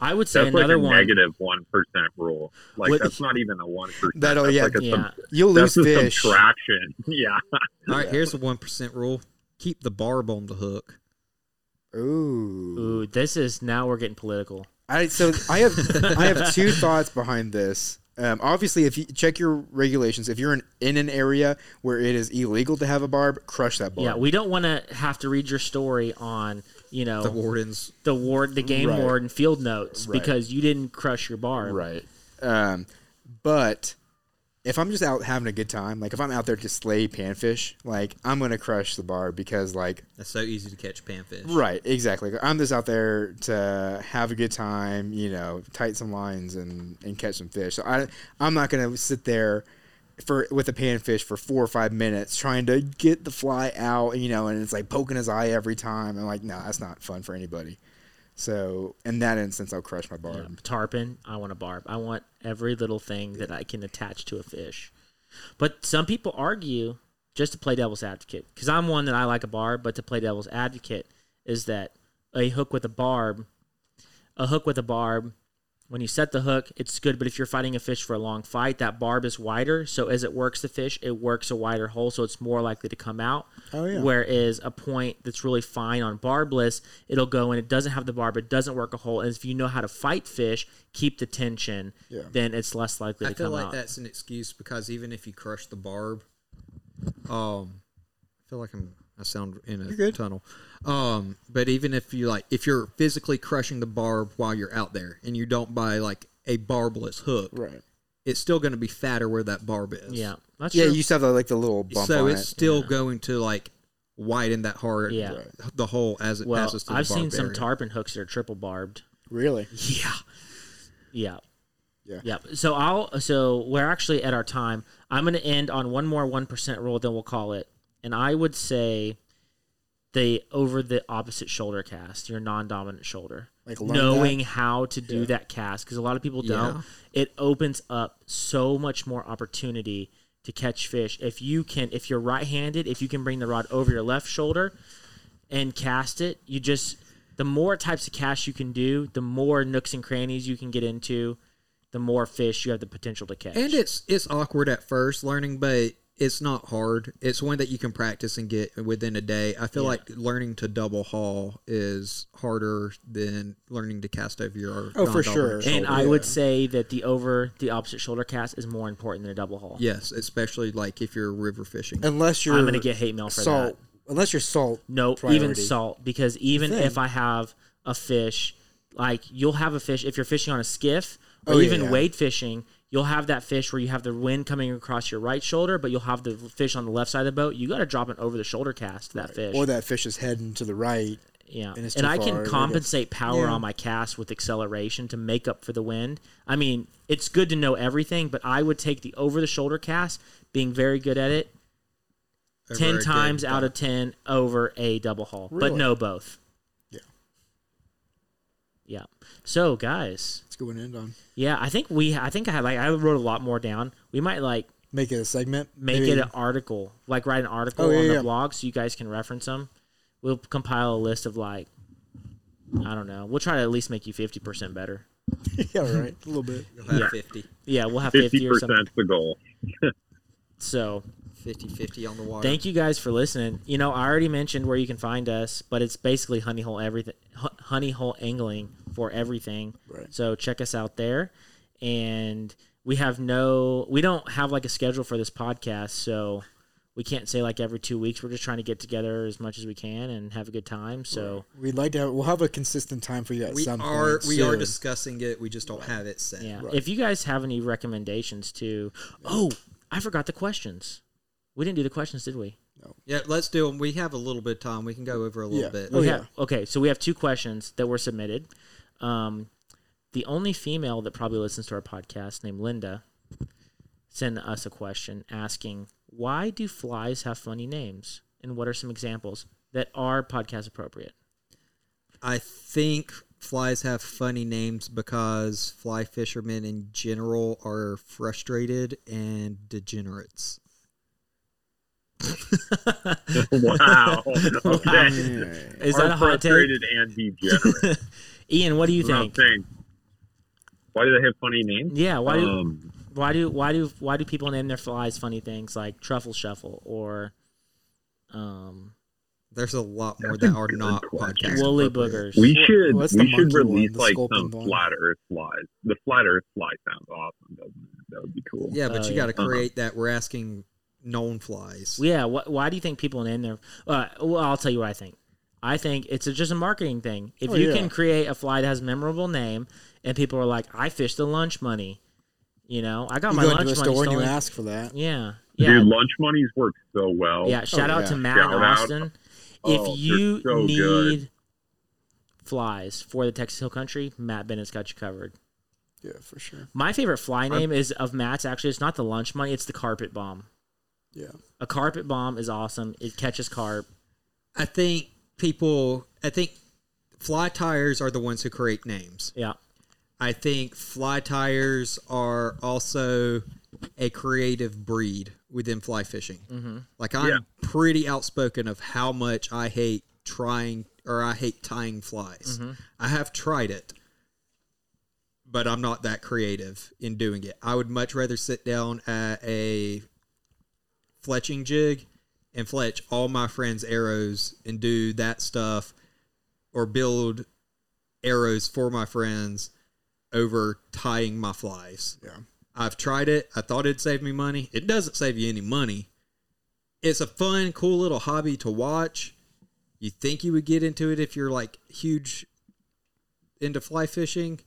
I would say
That's like
another
a
one.
negative one percent rule. Like
What-
that's not even a one percent.
That'll-
that's
oh, yeah,
like a
yeah.
sub-
You'll lose
that's a
fish.
subtraction. Yeah,
All right, here's the one percent rule: keep the barb on the hook.
Ooh.
Ooh, this is now we're getting political.
I so I have I have two thoughts behind this. Um, obviously, if you check your regulations, if you're in, in an area where it is illegal to have a barb, crush that barb.
Yeah, we don't want to have to read your story on you know
The wardens.
the ward, the game
Right.
ward, and field notes
Right.
because you didn't crush your bar.
Right. Um, but if I'm just out having a good time, like if I'm out there to slay panfish, like I'm gonna crush the barb because like
That's so easy to catch panfish.
right, exactly. Like, I'm just out there to have a good time, you know, tight some lines and and catch some fish. So I I'm not gonna sit there. For with a panfish for four or five minutes, trying to get the fly out, you know, and it's like poking his eye every time. I'm like, no, that's not fun for anybody. So in that instance, I'll crush my barb.
Yeah, tarpon. I want a barb. I want every little thing that I can attach to a fish. But some people argue just to play devil's advocate because I'm one that I like a barb, but to play devil's advocate is that a hook with a barb, a hook with a barb. When you set the hook, it's good, but if you're fighting a fish for a long fight, that barb is wider. So as it works the fish, it works a wider hole, so it's more likely to come out.
Oh, yeah.
Whereas a point that's really fine on barbless, it'll go and it doesn't have the barb, it doesn't work a hole. And if you know how to fight fish, keep the tension,
Yeah.
then it's less likely
I
to
feel
come
like
out.
that's an excuse because even if you crush the barb, um, I feel like I'm I sound in a tunnel. Um, but even if you like, if you're physically crushing the barb while you're out there and you don't buy like a barbless hook,
Right.
it's still going to be fatter where that barb is.
yeah, that's
Yeah,
true.
you used to have the, like the little bump
so
on
it's
it.
still going to like widen that hard,
Yeah.
the hole as it
well,
passes through.
I've
the barb
seen some
area.
tarpon hooks that are triple barbed.
Really?
Yeah. Yeah.
Yeah.
Yeah. So I'll so we're actually at our time. I'm gonna end on one more one percent rule, then we'll call it. And I would say the over the opposite shoulder cast, your non dominant shoulder.
Like learn
knowing
that?
how to do that cast, because a lot of people don't.
Yeah.
It opens up so much more opportunity to catch fish. If you can if you're right handed, if you can bring the rod over your left shoulder, and cast it, you just the more types of casts you can do, the more nooks and crannies you can get into, the more fish you have the potential to catch.
And it's it's awkward at first learning, but it's not hard. It's one that you can practice and get within a day. I feel like learning to double haul is harder than learning to cast over your
Oh, for
non-dominant
sure.
shoulder.
And I would say that the over the opposite shoulder cast is more important than a double haul.
yes, especially like if you're river fishing.
Unless you're
I'm gonna get hate mail for
salt.
that.
Unless you're salt.
No, even
priority.
salt because even if I have a fish, like you'll have a fish if you're fishing on a skiff or
Oh, yeah,
even
yeah.
wade fishing, you'll have that fish where you have the wind coming across your right shoulder, but you'll have the fish on the left side of the boat. You got to drop an over the shoulder cast to that fish.
Or that fish is heading to the right.
Yeah,
and
and,
it's too
I
far, I
can
guess.
compensate power on my cast with acceleration to make up for the wind. I mean, it's good to know everything, but I would take the over-the-shoulder cast, being very good at it,
over a
ten
good
times out
time.
of ten over a double haul. But
Really?
no, both.
Yeah.
Yeah. So, guys,
Let's go and end on.
yeah, I think we, I think I had like I wrote a lot more down. We might like
Make it a segment.
make
Maybe-
it an article, like write an article
Oh, yeah,
on the
yeah.
blog so you guys can reference them. We'll compile a list of like, I don't know. We'll try to at least make you fifty percent better.
yeah, right. A little bit.
You'll have
yeah.
50,
Yeah, we'll have fifty
fifty
or something.
percent's the goal.
So
50, 50 on the water.
thank you guys for listening. You know, I already mentioned where you can find us, but it's basically honey hole everything, Hu- honey hole angling for everything.
Right.
So check us out there, and we have no, we don't have like a schedule for this podcast, so we can't say like every two weeks. We're just trying to get together as much as we can and have a good time. So
We'd like to have. We'll have a consistent time for you at
We
some
are
point.
we are
soon.
discussing it. We just don't have it set.
yeah, if you guys have any recommendations to, oh, I forgot the questions. We didn't do the questions, did we?
Yeah, let's do them. We have a little bit of time. We can go over a little
Yeah.
bit.
We have- Okay, so we have two questions that were submitted. Um, the only female that probably listens to our podcast, named Linda, sent us a question asking, "Why do flies have funny names, and what are some examples that are podcast appropriate?"
I think flies have funny names because fly fishermen in general are frustrated and degenerates.
Wow. Okay.
Is that
Are
a hot take?
frustrated and degenerate.
Ian, what do you
That's what I'm
think?
saying. Why do they have funny names?
Yeah, why do
Um,
why do why do why do people name their flies funny things like truffle shuffle or um,
There's a lot more
That's a
that are
good
not
question.
podcast.
woolly
appropriate.
boogers?
we should
What's the
we should
monkey one,
release
the
like some
sculpin one?
flat Earth flies. The flat Earth fly sounds awesome, doesn't it? That would be cool.
Yeah, but
Oh,
you
yeah.
got to create that. We're asking known flies.
Yeah. Wh- why do you think people name their? Uh, well, I'll tell you what I think. I think it's a, just a marketing thing. If
Oh,
you
yeah.
can create a fly that has a memorable name, and people are like, "I fished the lunch money," you know, I got
You
my
go
lunch
into a
money
store and you
stolen."
ask for that.
yeah, yeah,
Dude, lunch money's worked so well.
yeah. Shout out
Oh, yeah.
to Matt
Shout
and
out.
Austin.
Oh, they're
if you
so
need
good.
flies for the Texas Hill Country, Matt Bennett's got you covered.
Yeah, for sure.
My favorite fly name is of Matt's. Actually, it's not the lunch money; it's the carpet bomb.
Yeah.
A carpet bomb is awesome. It catches carp.
I think people. I think fly tires are the ones who create names.
Yeah.
I think fly tires are also a creative breed within fly fishing. Like I'm
Yeah.
pretty outspoken of how much I hate trying or I hate tying flies. I have tried it, but I'm not that creative in doing it. I would much rather sit down at a fletching jig and fletch all my friends' arrows and do that stuff or build arrows for my friends over tying my flies.
Yeah.
I've tried it. I thought it'd save me money. It doesn't save you any money. It's a fun, cool little hobby to watch. You think you would get into it if you're like huge into fly fishing,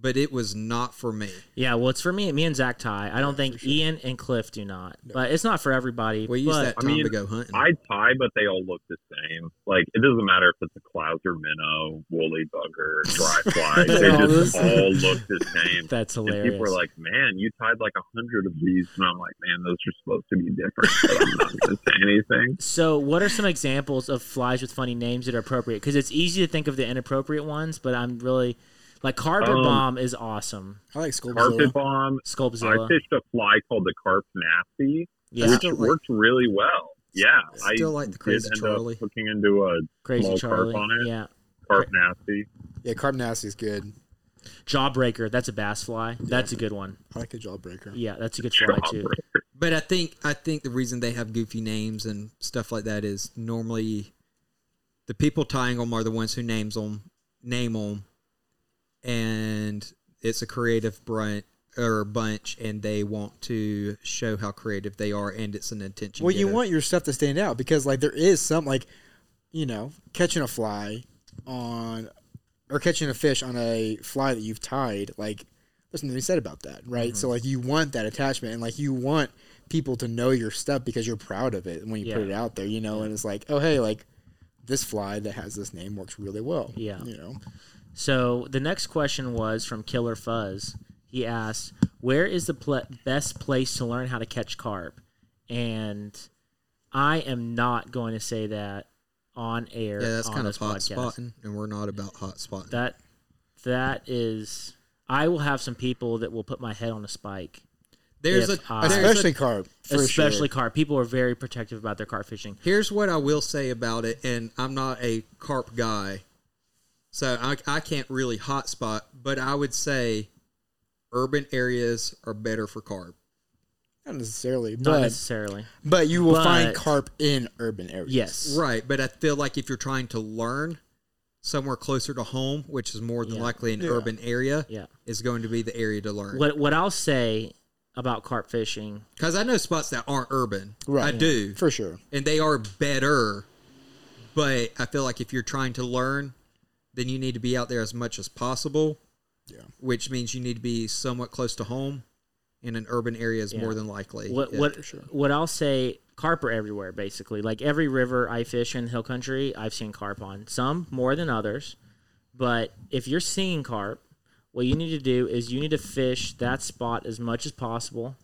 but it was not for me.
Yeah, well, it's for me. Me and Zach tie. I don't think Ian and Cliff do not, but it's not for everybody.
We used
but
that
I
time
mean,
to go hunting.
I tie, but they all look the same. Like it doesn't matter if it's a clouser minnow, woolly bugger, dry fly. they
all
just
the
all look the same.
That's
and
hilarious.
people are like, "Man, you tied like a hundred of these," and I'm like, "Man, those are supposed to be different." But I'm not going to say anything.
so, what are some examples of flies with funny names that are appropriate? Because it's easy to think of the inappropriate ones, but I'm really like carpet
Um,
bomb is awesome.
I like Sculpzilla.
Carpet bomb. I
Sculpzilla,
fished a fly called the carp nasty,
yeah,
which worked really well. Yeah, I
Still like the Crazy
did end
Charlie.
up hooking into a
crazy
small
Charlie,
carp on it.
yeah,
carp nasty.
Yeah, Carb Nasty's good.
jawbreaker. That's a bass fly. That's a good one.
I like a jawbreaker.
Yeah, that's a good fly too.
Jawbreaker.
But I think I think the reason they have goofy names and stuff like that is normally the people tying them are the ones who names them, name them, and it's a creative brunt or bunch, and they want to show how creative they are, and it's an intention.
Well, you
getter.
want your stuff to stand out because like there is some like, you know, catching a fly on or catching a fish on a fly that you've tied. Like there's nothing to be said about that, right?
Mm-hmm.
So like you want that attachment and like you want people to know your stuff because you're proud of it when you put
Yeah.
it out there, you know. And it's like, oh hey, like this fly that has this name works really well.
Yeah.
you know.
So the next question was from Killer Fuzz. He asked, "Where is the pl- best place to learn how to catch carp?" And I am not going to say that on air.
yeah, that's
on
kind of
this
hot
podcast.
spotting, and we're not about hot spotting.
That that is. I will have some people that will put my head on a spike,
there's
if
a
I-
there's a-
Especially carb, for
especially
sure.
carp. People are very protective about their carp fishing.
Here's what I will say about it, and I'm not a carp guy, so I, I can't really hotspot, but I would say urban areas are better for carp.
not necessarily,
Not
but
necessarily.
but you will
but-
find carp in urban areas.
Yes.
Right, but I feel like if you're trying to learn somewhere closer to home, which is more than
Yeah.
likely an
Yeah.
urban area,
Yeah.
is going to be the area to learn.
What what I'll say about carp fishing
Because I know spots that aren't urban. I
Right.
do.
for sure.
and they are better. But I feel like if you're trying to learn, then you need to be out there as much as possible.
Yeah.
Which means you need to be somewhat close to home, and an urban area is
Yeah.
more than likely.
What
Yeah.
what what I'll say carp are everywhere basically. Like every river I fish in hill country, I've seen carp on. Some more than others, but if you're seeing carp, what you need to do is you need to fish that spot as much as possible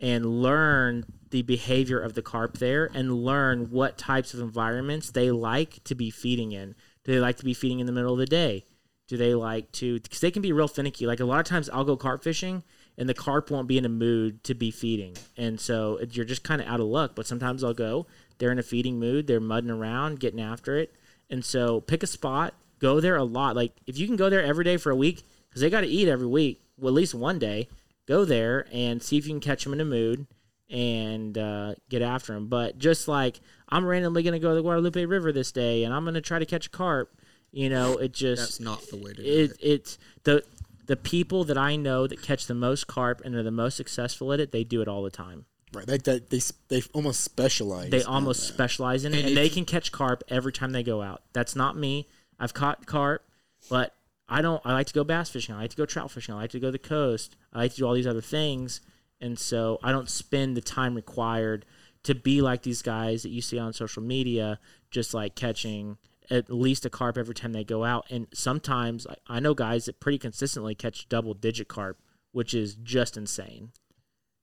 and learn the behavior of the carp there and learn what types of environments they like to be feeding in. Do they like to be feeding in the middle of the day? Do they like to? Because they can be real finicky. Like a lot of times, I'll go carp fishing and the carp won't be in a mood to be feeding. And so it- you're just kind of out of luck. But sometimes I'll go, they're in a feeding mood, they're mudding around, getting after it. And so pick a spot, go there a lot. Like if you can go there every day for a week, because they got to eat every week, well, at least one day, go there and see if you can catch them in a mood and uh, get after them. But just like I'm randomly going to go to the Guadalupe River this day and I'm going to try to catch a carp, you know, it just
That's not the way to do
it, it's the the people that I know that catch the most carp and are the most successful at it, they do it all the time.
Right, like that they they almost specialize.
They almost specialize in it,
And
and,
if
they
you-
can catch carp every time they go out. That's not me. I've caught carp, but I don't. I like to go bass fishing. I like to go trout fishing. I like to go to the coast. I like to do all these other things, and so I don't spend the time required to be like these guys that you see on social media, just like catching at least a carp every time they go out. And sometimes I- I know guys that pretty consistently catch double digit carp, which is just insane.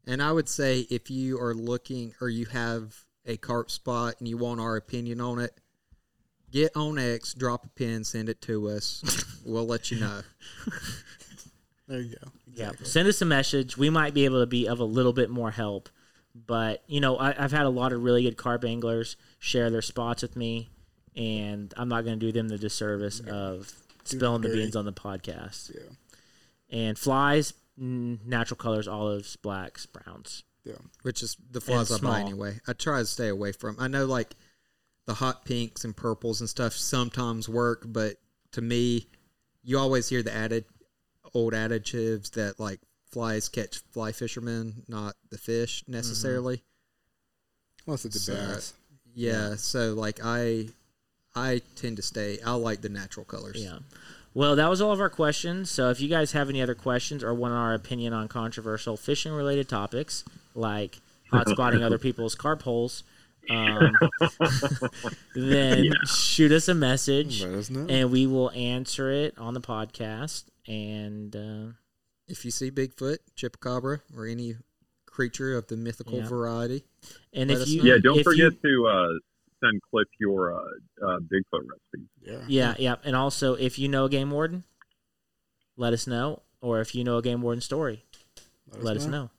And I would say if you are looking or you have a carp spot and you want our opinion on it, get on X, drop a pin, send it to us. we'll let you know.
There you go.
Yeah. Send us a message. We might be able to be of a little bit more help. But, you know, I, I've had a lot of really good carp anglers share their spots with me, and I'm not going to do them the disservice of spilling the
dirty.
beans on the podcast.
Yeah.
And flies, mm, natural colors, olives, blacks, browns.
Which is the flies I buy
small.
anyway. I try to stay away from. I know like the hot pinks and purples and stuff sometimes work, but to me, you always hear the added old adjectives that like flies catch fly fishermen, not the fish necessarily.
Unless it's a
So,
bass.
Yeah, so like I I tend to stay I like the natural colors.
Yeah. Well, that was all of our questions. So if you guys have any other questions or want our opinion on controversial fishing related topics like hot spotting other people's carp holes, um, then shoot us a message
Let us know.
and we will answer it on the podcast. And uh,
If you see Bigfoot, Chupacabra, or any creature of the mythical
Yeah.
variety,
and
Let
if
us
you
know.
Yeah, don't
if
forget
you-
to uh, send Cliff your uh, uh, Bigfoot recipe.
yeah.
yeah, yeah, and also if you know a game warden, let us know. Or if you know a game warden story, let us know.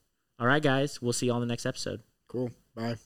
All right, guys, we'll see you on the next episode.
Cool. Bye.